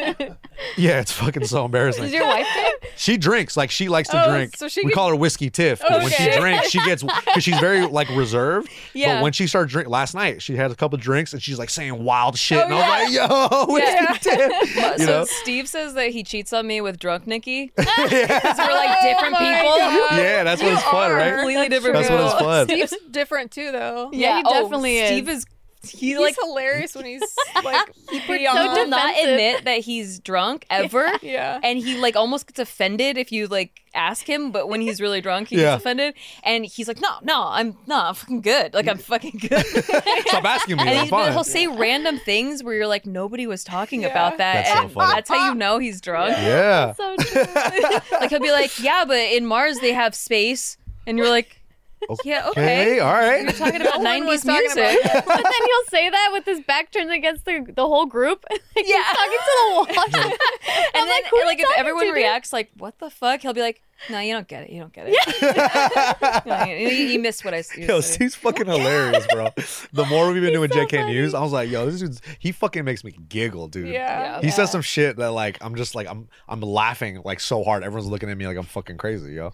yeah, it's fucking so embarrassing. Does your wife drink? She drinks like she likes to Oh, drink. so she we can- call her whiskey tiff. But when she Okay. drinks, she gets because she's very like reserved. Yeah. But when she started drink last night, she had a couple drinks and she's like saying wild shit, Oh, and I was like, "Yo, whiskey tiff," so you know? Steve says that he cheats on me with drunk Nikki. yeah. We're like different Oh my people. God. Yeah, that's what it's fun, are. right? Completely different That's what people. it's fun. Steve's different too though. Yeah, Yeah, he oh, definitely is. Steve is. He He's like hilarious when he's like pretty so he will on. not defensive. admit that he's drunk ever. Yeah. And he like almost gets offended if you like ask him, but when he's really drunk, he Yeah. gets offended. And he's like, "No, no, I'm no, I'm fucking good. Like I'm fucking good." Stop asking me. and I'm he's, but fine. he'll say random things where you're like, "Nobody was talking Yeah. about that." That's so and funny. that's how you know he's drunk. Yeah. So true. Like he'll be like, "Yeah, but in Mars they have space," and you're like, "Yeah, okay." Okay. All You're right. talking about No one was 90s talking music. about but then he'll say that with his back turned against the, the whole group. Like, Yeah. He's talking to the wall. And I'm then, like, who are you like, if talking everyone to, dude? reacts like, "What the fuck," he'll be like, "No, you don't get it. You don't get it. No, you, you- you missed what I said." Yo, Steve's fucking hilarious, bro. The more we've been doing JK News, I was like, yo, this dude's he fucking makes me giggle, dude. Yeah. He says some shit that like I'm just like I'm I'm laughing like so hard. Everyone's looking at me like I'm fucking crazy, yo.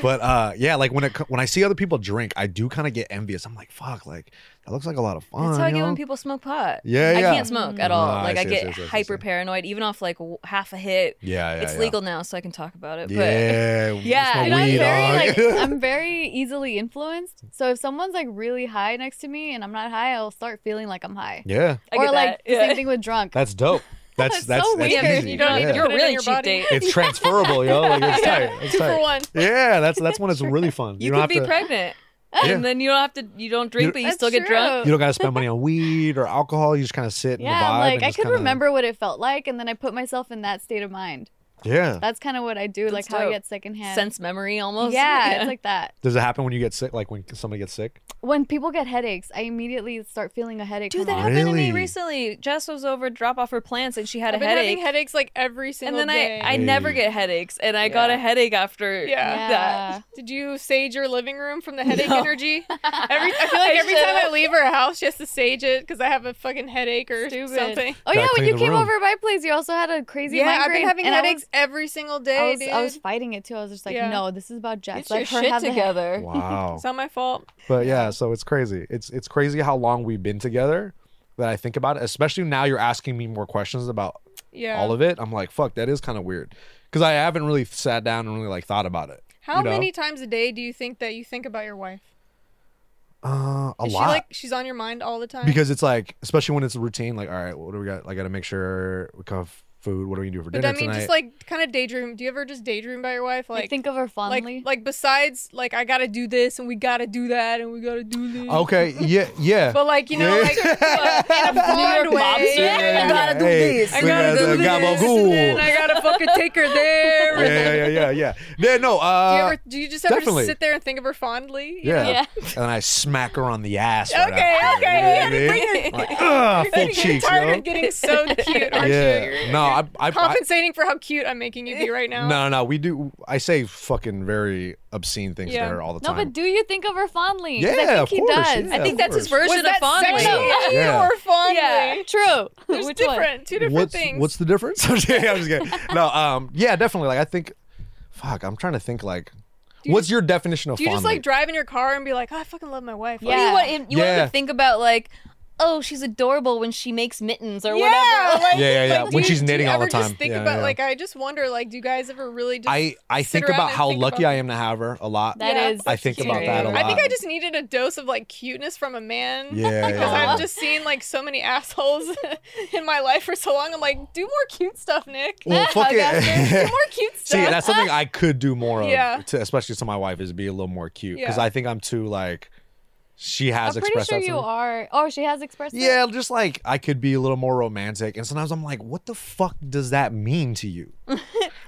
but uh yeah, like when it co- when I see other people drink, I do kind of get envious. I'm like, fuck, like that looks like a lot of fun. That's how I you get know? when people smoke pot. Yeah, yeah. I can't smoke at all. Ah, I like I, see, I get see, I see, I see. hyper paranoid, even off like w- half a hit. Yeah, yeah. it's yeah. legal now, so I can talk about it. Yeah, Yeah, yeah. and And I'm weed, very, like, dog. I'm very easily influenced. So if someone's like really high next to me and I'm not high, I'll start feeling like I'm high. yeah, But I or get like that. Yeah. same thing with drunk. that's dope. That's That's that's, so that's weird. easy. You don't yeah. need to You're a put it in really your cheap body. date. it's transferable, yo. Like it's tight. It's Two tight. for one. Yeah, that's that's when it's really fun. You, don't could have be to, pregnant, Yeah. and then you don't have to. You don't drink, You- but you That's still get true. drunk. You don't got to spend money on weed or alcohol. You just kind of sit and Yeah, vibe. I'm like and I just could kinda- remember what it felt like, and then I put myself in that state of mind. Yeah. That's kind of what I do, That's like how I dope. get secondhand. sense memory almost. yeah, it's like that. Does it happen when you get sick? Like when somebody gets sick? When people get headaches, I immediately start feeling a headache. Dude, come that on. happened to me Really? recently. Jess was over to drop off her plants and she had I've a been headache. having headaches like every and single then day. I, I never Hey. get headaches, and I got Yeah. a headache after Yeah. that. Did you sage your living room from the headache No. energy? Every I feel like I every time I should've. leave her house, she has to sage it because I have a fucking headache or Stupid. something. Oh Gotta yeah, when clean you the came room. over my place, you also had a crazy yeah, migraine. I've been having and I was- headaches every single day, I was, dude. I was fighting it too. I was just like, Yeah. no, this is about Jess. Get Let your her shit have the head- together. Wow. it's not my fault. But yeah, so it's crazy. It's it's crazy how long we've been together that I think about it, especially now you're asking me more questions about Yeah. all of it. I'm like, fuck, that is kind of weird. Cuz I haven't really sat down and really like thought about it. How you know? many times a day do you think that you think about your wife? Uh, a Is lot. she like she's on your mind all the time? because it's like, especially when it's a routine, like, all right, what do we got? I got to make sure we have food. What do we do for but dinner I mean, tonight? just like kind of daydream. Do you ever just daydream about your wife? Like you think of her like fondly. like besides like I gotta do this and we gotta do that and we gotta do this. okay, yeah, Oh, yeah. But like you know, like in a fond way. Yeah, yeah, I gotta do yeah. Hey, this. I we gotta gotta do do this, gabagool. and then I gotta fucking take her there. yeah, yeah, yeah, yeah, yeah. Yeah, no, do, you uh, ever, do you just ever definitely. just sit there and think of her fondly? You yeah. yeah. And then I smack her on the ass. right Okay, after, okay, You know what I mean? Bring Like, ugh, know? full You're cheeks, tired yo. of getting so cute, aren't you? You're- Yeah. No, I, I, I, compensating for how cute I'm making you be right now. no, no, no. We do. I say fucking very obsine things Yeah. to her all the no, time. but do you think of her fondly? 'Cause Yeah, I think of he course, does. yeah. I think of that's his course. version Was of that fondly. sexy Yeah. or fondly? Yeah. True. There's Which one? different, two different what's, things. What's the difference? I'm just kidding, I'm just kidding. No, um, yeah, definitely. Like I think, fuck, I'm trying to think. Like, you what's your definition of do you just fondly? like drive in your car and be like, oh, I fucking love my wife? What do Yeah. you want? You want him Yeah. to think about like, oh, she's adorable when she makes mittens or Yeah, whatever. like, Yeah, yeah, yeah. like, do When you- she's do you knitting all the ever just time. think Yeah, about yeah. like I just wonder like, do you guys ever really just? I I sit think around about and how think lucky about I am to have her a lot. That Yeah. is. I think about true. that a I think lot. I just needed a dose of like cuteness from a man. yeah, Because yeah. I've just seen like so many assholes in my life for so long. I'm like, do more cute stuff, Nick. well, fuck do it. more cute stuff. See, that's something I could do more of, Yeah. to, especially to my wife, is be a little more cute because Yeah. I think I'm too like. She has I'm pretty expressed sure that to you me. are. Oh, she has expressed. it? Yeah, just like I could be a little more romantic, and sometimes I'm like, "What the fuck does that mean to you?"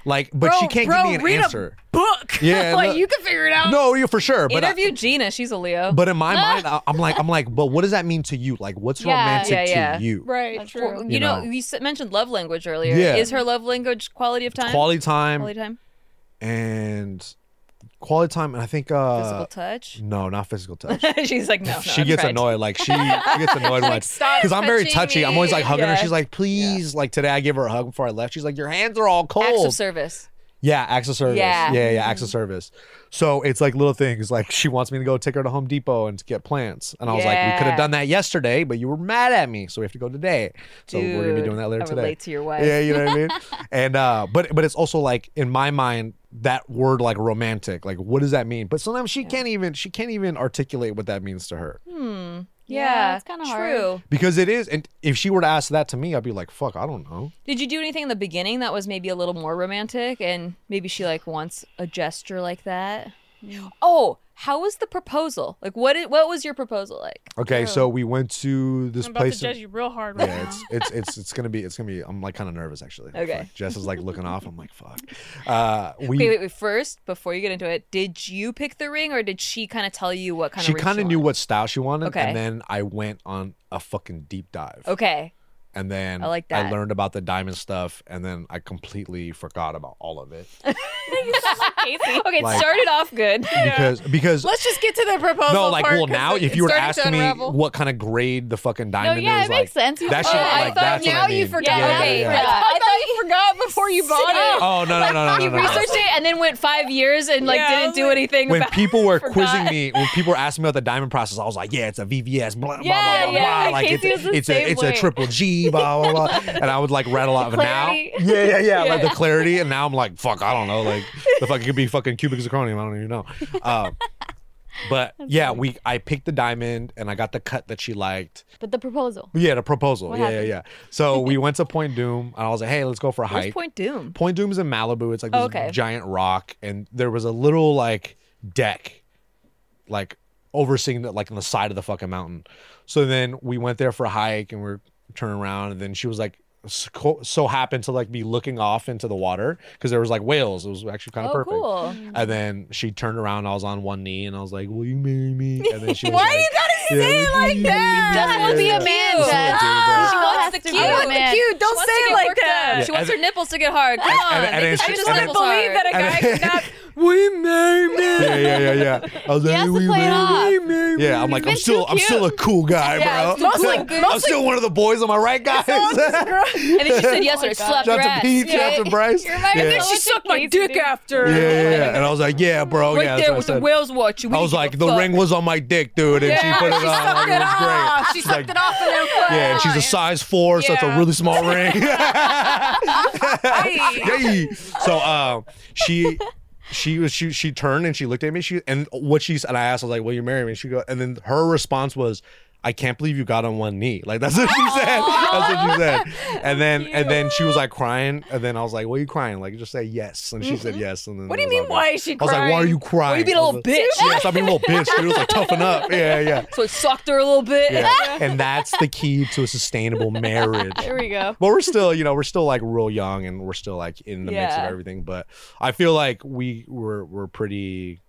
Like, but she Bro, can't bro, give me an read a answer. Book. Yeah, like no- you can figure it out. no, you for sure. But I- Interview Gina. She's a Leo. but in my mind, I- I'm like, I'm like, but what does that mean to you? Like, what's Yeah, romantic yeah, yeah. to you? Right. That's true. you, You know, know. you s- mentioned love language earlier. Yeah. Is her love language quality of time? Quality time Quality time. and quality time, and I think uh, Physical touch. no, not physical touch. she's like, no, no she I'm gets tried. annoyed. Like she, she gets annoyed when stop because I'm very touching touchy. I'm always like me. hugging her. Yeah. She's like, please. Like today, I gave her a hug before I left. She's like, your hands are all cold. Acts of service. Yeah, acts of service. Yeah. Yeah, yeah, acts of service. So it's like little things. Like she wants me to go take her to Home Depot and to get plants, and I was like, Yeah. we could have done that yesterday, but you were mad at me, so we have to go today. So Dude, we're gonna be doing that later I today. relate to your wife. Yeah, you know what I mean. And uh, but but it's also like in my mind that word like romantic. Like what does that mean? But sometimes she can't even she can't even articulate what that means to her Hmm. Yeah, Yeah, it's kinda true. because it is. And if she were to ask that to me, I'd be like, fuck, I don't know. Did you do anything in the beginning that was maybe a little more romantic and maybe she like wants a gesture like that? Mm. Oh, how was the proposal? Like what i- what was your proposal like? Okay, True. so we went to this I'm about place. to in- judge you real hard right Yeah, now. it's it's it's it's gonna be it's gonna be. I'm like kind of nervous actually. Like, Okay. fuck. Jess is like looking off. I'm like fuck. Uh, we Wait, wait, wait. First, before you get into it, did you pick the ring or did she kind of tell you what kind she of kind of knew what style she wanted, Okay. and then I went on a fucking deep dive. Okay. And then I like that. learned about the diamond stuff, and then I completely forgot about all of it okay, it Like- started off good. because because Let's just get to the proposal. no, like part, well 'cause now it- if it's you were to starting ask me unravel. what kind of grade the fucking No, diamond Oh, yeah, is, it like makes sense. You that forgot. shit, Oh, I like thought that's what now I mean. you forgot. Yeah, yeah, okay, yeah. I I thought- I thought you forgot before you bought it. Oh no no no no you no, no, no. researched it and then went five years and like Yeah, I didn't was do like- anything when about people were quizzing forgot. me, when people were asking me about the diamond process, I was like, "Yeah, it's a VVS, blah blah Yeah, blah blah yeah, blah. Like Casey it's, was the it's same a it's way. a triple G, blah blah blah." and I would like rattle out of now, Clarity. yeah, yeah, yeah, like the clarity. And now I'm like, "Fuck, I don't know. Like the fuck it could be fucking cubic zirconium. I don't even know." Um, but yeah, we I picked the diamond and I got the cut that she liked. But the proposal. Yeah, the proposal. What yeah, happened? yeah, yeah. So we went to Point Doom, and I was like, "Hey, let's go for a Where's hike." Point Doom? Point Doom's in Malibu. It's like this Oh, okay. giant rock, and there was a little like deck, like overseeing the like on the side of the fucking mountain. So then we went there for a hike, and we're turning around, and then she was like, so, so happened to like be looking off into the water because there was like whales. It was actually kind of Oh, perfect. Mm. cool. And then she turned around. I was on one knee, and I was like, "Will you marry me?" And then she was Why like, you gotta say it like that? Doesn't want to be a man, Cute. Jess. Ah, she She wants wants the to be cute. a I want the man. Cute, don't wants say to it get like worked that. up. Yeah, She wants and- her nipples to get hard. Come on. and- and They it's- can't I just couldn't nipples believe hard. that a guy and- could not. "Will you marry me?" Yeah, yeah, yeah, yeah. I was like, has to "Will you play it marry off. me? marry me?" Yeah, I'm like, been I'm still, too I'm still a cool guy, Yeah, bro. it's Mostly- cool. mostly- I'm still one of the boys. Am I right, guys? And then she said yes, or it slapped her Shout out ass. to Pete. Yeah. Shout out to Bryce. reminded Yeah. me She What's sucked it, my Casey, dick dude? after. Yeah, yeah, yeah. And I was like, "Yeah, bro." Right yeah, that's there what with the said. whales watching. We I was didn't like, give the a fuck. ring was on my dick, dude, and she put it on. Like, it was great. She She's sucked like, it off and then put Yeah, and it she's a size four, so it's a Yeah. really small ring. Yay. So um, she she was she she turned and she looked at me. She and what she s- and I asked, I was like, "Will you marry me?" And she go, and then her response was. I can't believe you got on one knee. Like that's what she said. That's what she said. And then and then she was like crying. And then I was like, "What are you crying?" Like just say yes. And she said yes. And then What do it was you mean? all good. Why is she I was crying? like, "Why are you crying?" you being a I was little bitch? Yes, I'm being a little bitch. Dude, it was like toughen up. Yeah, yeah. So it sucked her a little bit. Yeah. and that's the key to a sustainable marriage. There we go. But we're still, you know, we're still like real young and we're still like in the mix of Yeah. everything. But I feel like we were we're pretty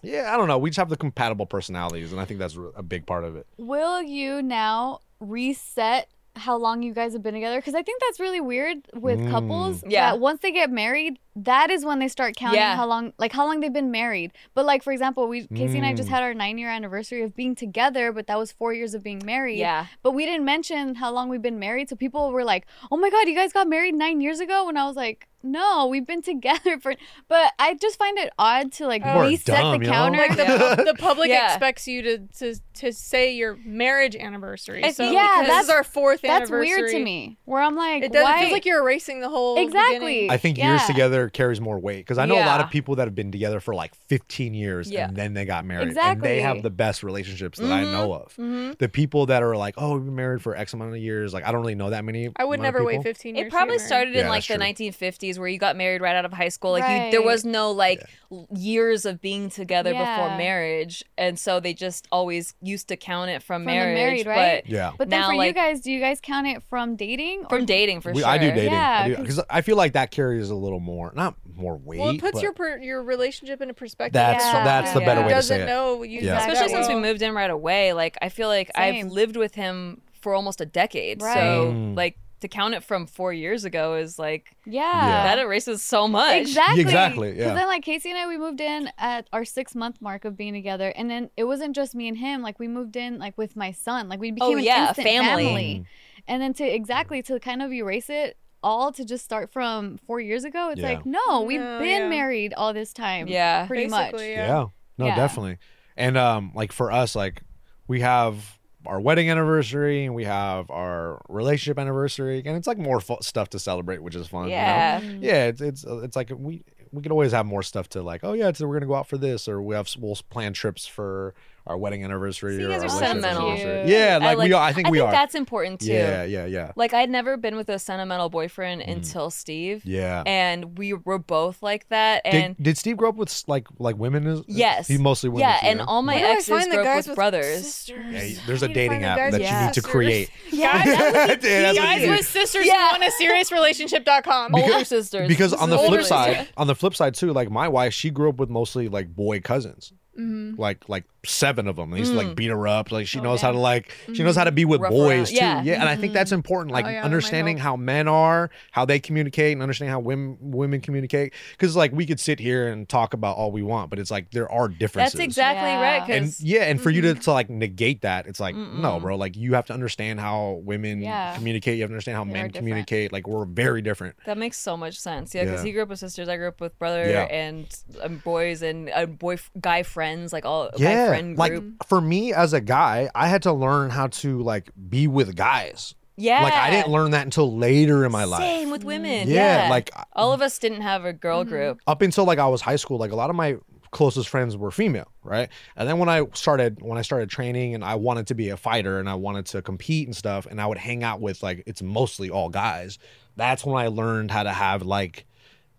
yeah, I don't know. We just have the compatible personalities, and I think that's re- a big part of it. Will you now reset how long you guys have been together? Because I think that's really weird with Mm. couples. Yeah. That once they get married, that is when they start counting Yeah. how long, like how long they've been married. But like for example, we Casey and I just Mm. had our nine-year anniversary of being together, but that was four years of being married. Yeah. But we didn't mention how long we've been married, so people were like, "Oh my god, you guys got married nine years ago?" And I was like, "No, we've been together for." But I just find it odd to like People are reset dumb, the yo. counter. Like the, the public Yeah. expects you to, to to say your marriage anniversary. I so think Yeah, because this that's- is our fourth That's anniversary. weird to me. Where I'm like, It does why? it feels like you're erasing the whole exactly. beginning. I think years Yeah. together carries more weight because I know a lot Yeah. of people that have been together for like 15 years Yeah. and then they got married, and Exactly. they have the best relationships that Mhm. I know of. Mhm. The people that are like, "Oh, we've been married for X amount of years," like I don't really know that many. I would amount never of wait people. 15 years. It to get probably married. started Yeah, in like that's the true. 1950s where you got married right out of high school. Like you, there Right. was no like l- years of being together before Yeah. marriage, and so they just always used to count it from, From the marriage, married, right? Yeah. But then Now, for you like- guys, do you guys count it from dating? but from dating for We- sure. I do dating. Yeah, because I feel like that carries a little more, not more weight. Well, it puts but your per, your relationship into perspective. That's Yeah. that's the Yeah. better Who way to doesn't say it. know you Yeah. that Especially since we well. moved in right away. Like I feel like Same. I've lived with him for almost a decade, Right. so Mm. like to count it from four years ago is like yeah. that erases so much. Exactly. Exactly, yeah. Because then, like Casey and I, we moved in at our six month mark of being together, and then it wasn't just me and him. Like we moved in, like with my son. Like we became Oh, an yeah, a instant family. family. Mm. And then to exactly to kind of erase it all to just start from four years ago. It's Yeah. like no, we've No, been yeah. married all this time. Yeah. pretty Basically, much. Yeah. Yeah. No, Yeah. definitely. And um, like for us, like we have our wedding anniversary and we have our relationship anniversary, and it's like more fu- stuff to celebrate, which is fun. you know? Yeah. Yeah. It's it's uh, it's like we we could always have more stuff to like. Oh yeah, it's, we're gonna go out for this, or we have we'll plan trips for our wedding anniversary. So you or guys our are relationship sentimental. anniversary. Yeah, I like, we are. I think I we think are. that's important too. yeah, yeah, yeah, Like I'd never been with a sentimental boyfriend Mhm. until Steve, yeah. and we were both like that. And did, did Steve grow up with like like women? Is, Yes. he mostly women. yeah, too, and right? all my Where do I exes find the grew up guys with brothers. sisters? Yeah, you- I there's a need to find dating the app guys that with you need to sisters. create. Guys, Yeah, that's what guys you do. with sisters Yeah. yeah. on a serious relationship.com. older sisters. because This on is the older flip sisters. side, on the flip side too, like my wife, she grew up with mostly like boy cousins, Mm-hmm. like like seven of them. They used to Mm. like beat her up. Like she Oh, knows how damn. to like she knows how to be with Rough boys around. too. Yeah. Mm-hmm. Oh, Yeah, and I think that's important. Like yeah, that might understanding help. how men are, how they communicate, and understanding how women women communicate. Because like we could sit here and talk about all we want, but it's like there are differences. That's exactly Yeah. right. and Because yeah and for you to, to like negate that it's like no Mm-hmm. Mm-mm. bro like you have to understand how women Yeah. communicate you have to understand how They are men different. communicate like we're very different that makes so much sense. Yeah, because Yeah. he grew up with sisters, I grew up with brother Yeah. and um, boys and uh, boy guy friends, like all guy yeah friend like group. for me as a guy i had to learn how to like be with guys yeah, like i didn't learn that until later in my life Same with women. yeah, like all of us didn't have a girl group. up until like I was high school, like a lot of my closest friends were female, right? And then when I started when I started training and I wanted to be a fighter and I wanted to compete and stuff, and I would hang out with like it's mostly all guys. That's when I learned how to have like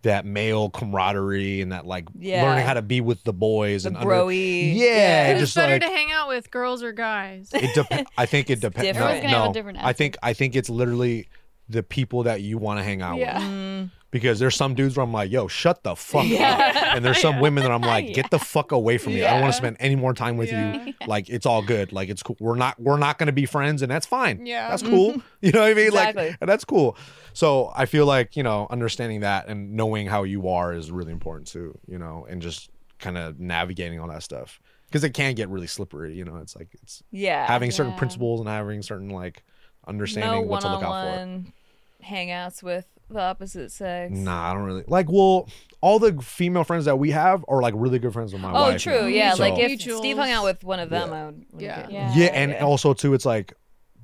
that male camaraderie and that like Yeah. learning how to be with the boys The and broy. Under- yeah, Who's just better like to hang out with, girls or guys? it depends. I think it different. depends. Everyone's No, gonna have a no. different I think I think it's literally the people that you want to hang out Yeah. with. Mm. Because there's some dudes where I'm like, yo, shut the fuck up. Yeah. And there's some women that I'm like, get the fuck away from me. I don't want Yeah. to spend any more time with Yeah. you. Like it's all good. Like it's cool. We're not we're not gonna be friends and that's fine. Yeah. That's cool. You know what I mean? Exactly. Like and that's cool. So I feel like, you know, understanding that and knowing how you are is really important too, you know, and just kind of navigating all that stuff. Because it can get really slippery, you know. It's like it's Yeah. having certain Yeah. principles and having certain like understanding no what to look out for. one-on-one hangouts with the opposite sex. Nah, I don't really like. Well, all the female friends that we have are like really good friends with my oh, wife. true. now. Yeah. So- Like if Mutuals. Steve hung out with one of them, I would. Yeah. wouldn't Yeah. yeah, and yeah. also too, it's like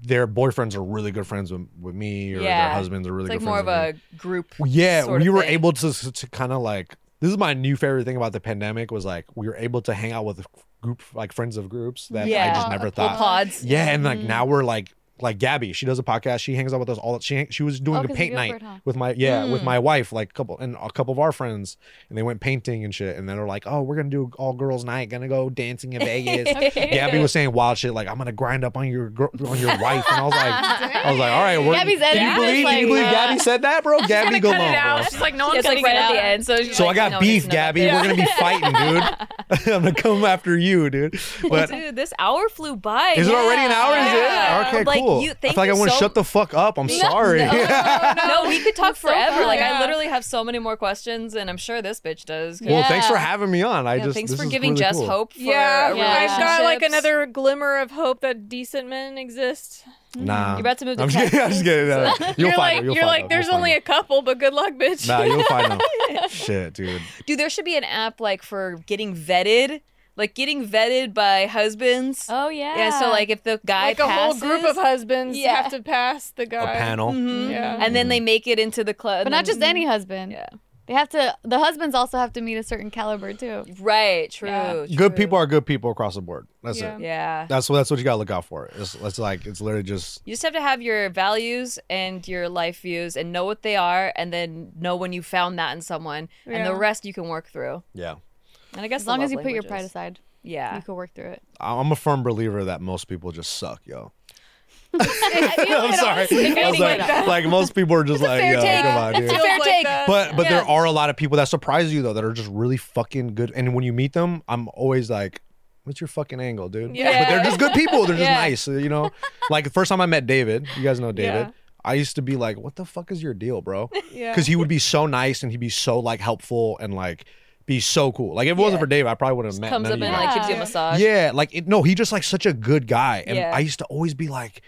their boyfriends are really good friends with, with me, or Yeah. their husbands are really It's like good more friends. of a group. with me. yeah. sort we of were thing. able to to kind of like this is my new favorite thing about the pandemic was like we were able to hang out with group like friends of groups that I Yeah. just never Little thought. pods. Yeah, and like now we're like like Gabby, she does a podcast. She hangs out with us all. She she was doing Oh, the 'cause of paint your night bird, huh? with my yeah with Mm. my wife, like couple and a couple of our friends, and they went painting and shit. And then they're like, oh, we're gonna do all girls night, gonna go dancing in Vegas. Gabby was saying wild shit like I'm gonna grind up on your girl, on your wife, and I was like, I was like, all right, we're, Gabby's editing can you this, believe can you like, believe uh, Gabby said that, bro? gonna Gabby, go cut it out. long. She's like, no Yeah, one's it's like cutting right it at out. the end. So, she's So I like, got no one needs beef, to know about Gabby. this. We're gonna be fighting, dude. I'm gonna come after you, dude. But Dude, this hour flew by. Is it already an hour? Yeah. Is it? Okay, Like, cool. you- I thank feel like you I want to so- shut the fuck up. I'm sorry. no, we could talk so forever. fun. like I Yeah. literally have so many more questions, and I'm sure this bitch does. 'cause- well, thanks for Yeah. having me on. I Yeah, just thanks this for is giving really Jess cool. hope. For Yeah, our Yeah. I've got like relationships. another glimmer of hope that decent men exist. Nah, Mm-hmm. You're about to move to I'm just kidding. I'm Texas. just kidding. No, you'll are find like, out. You'll you're find like, out. there's You'll find only a out. couple, but good luck, bitch. Nah, you'll find out. Shit, dude. Dude, there should be an app like for getting vetted, like getting vetted by husbands. Oh yeah. yeah. So like if the guy like a passes, whole group of husbands Yeah. have to pass the A guy. panel. Mhm. Yeah. and then they make it into the club. but and not then- just any husband. Yeah. They have to. The husbands also have to meet a certain caliber too. Right. True. Yeah. true. Good people are good people across the board. That's Yeah. it. Yeah. That's what. That's what you gotta look out for. It's, it's like it's literally just You just have to have your values and your life views and know what they are and then know when you found that in someone and the Yeah. rest you can work through. yeah. And I guess As the long love as you put your pride languages. aside, Yeah. you can work through it. I'm a firm believer that most people just suck, yo. I'm it sorry. honestly I'm feels sorry. like Like, most people are just like, fair yo, take. come on, dude. a fair Feels take. that. But but Yeah. there are a lot of people that surprise you though that are just really fucking good. And when you meet them, I'm always like, "What's your fucking angle, dude?" Yeah. But they're just good people. They're just Yeah. nice, you know. Like the first time I met David, you guys know David. Yeah. I used to be like, "What the fuck is your deal, bro?" yeah. Because he would be so nice and he'd be so like helpful and like be so cool. Like if it wasn't for David, I probably would have met. Comes none up of and you like guys. gives you a Yeah. massage. yeah, like it, no, he just like such a good guy, and Yeah. I used to always be like,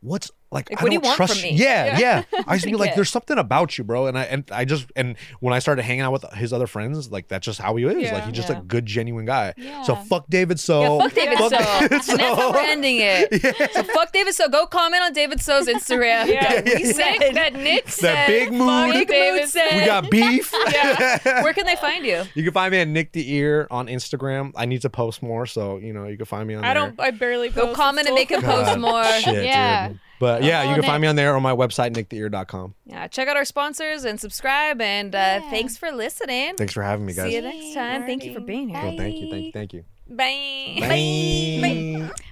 "What's like? Like, I what do don't you want from trust me? you." Yeah, yeah. I used to be Like like, it. "There's something about you, bro," and I and I just and when I started hanging out with his other friends, like that's just how he is. Like Yeah. he's just Yeah. a good, genuine guy. So Yeah. fuck David. So Fuck David fuck So. David And that's how So. we're ending it. So fuck David So. Go comment on David So's Instagram. Yeah. That we said. Nick, that Nick said, that big "Fuck mood. Big David mood said- said. We got beef. Where can they find you? You can find me at Nick the Ear on Instagram. I need to post more, so you know you can find me on. I there. don't. I barely Go post. comment and It's make cool. him post God, more. Shit, Yeah. dude. But yeah, Oh, you can Nick. find me on there or my website, nicktheear.com. Yeah, check out our sponsors and subscribe. And uh, Yeah. thanks for listening. Thanks for having me, guys. See you next time. Thank you for being here. Well, thank you, thank you, thank you. Bye. Bye.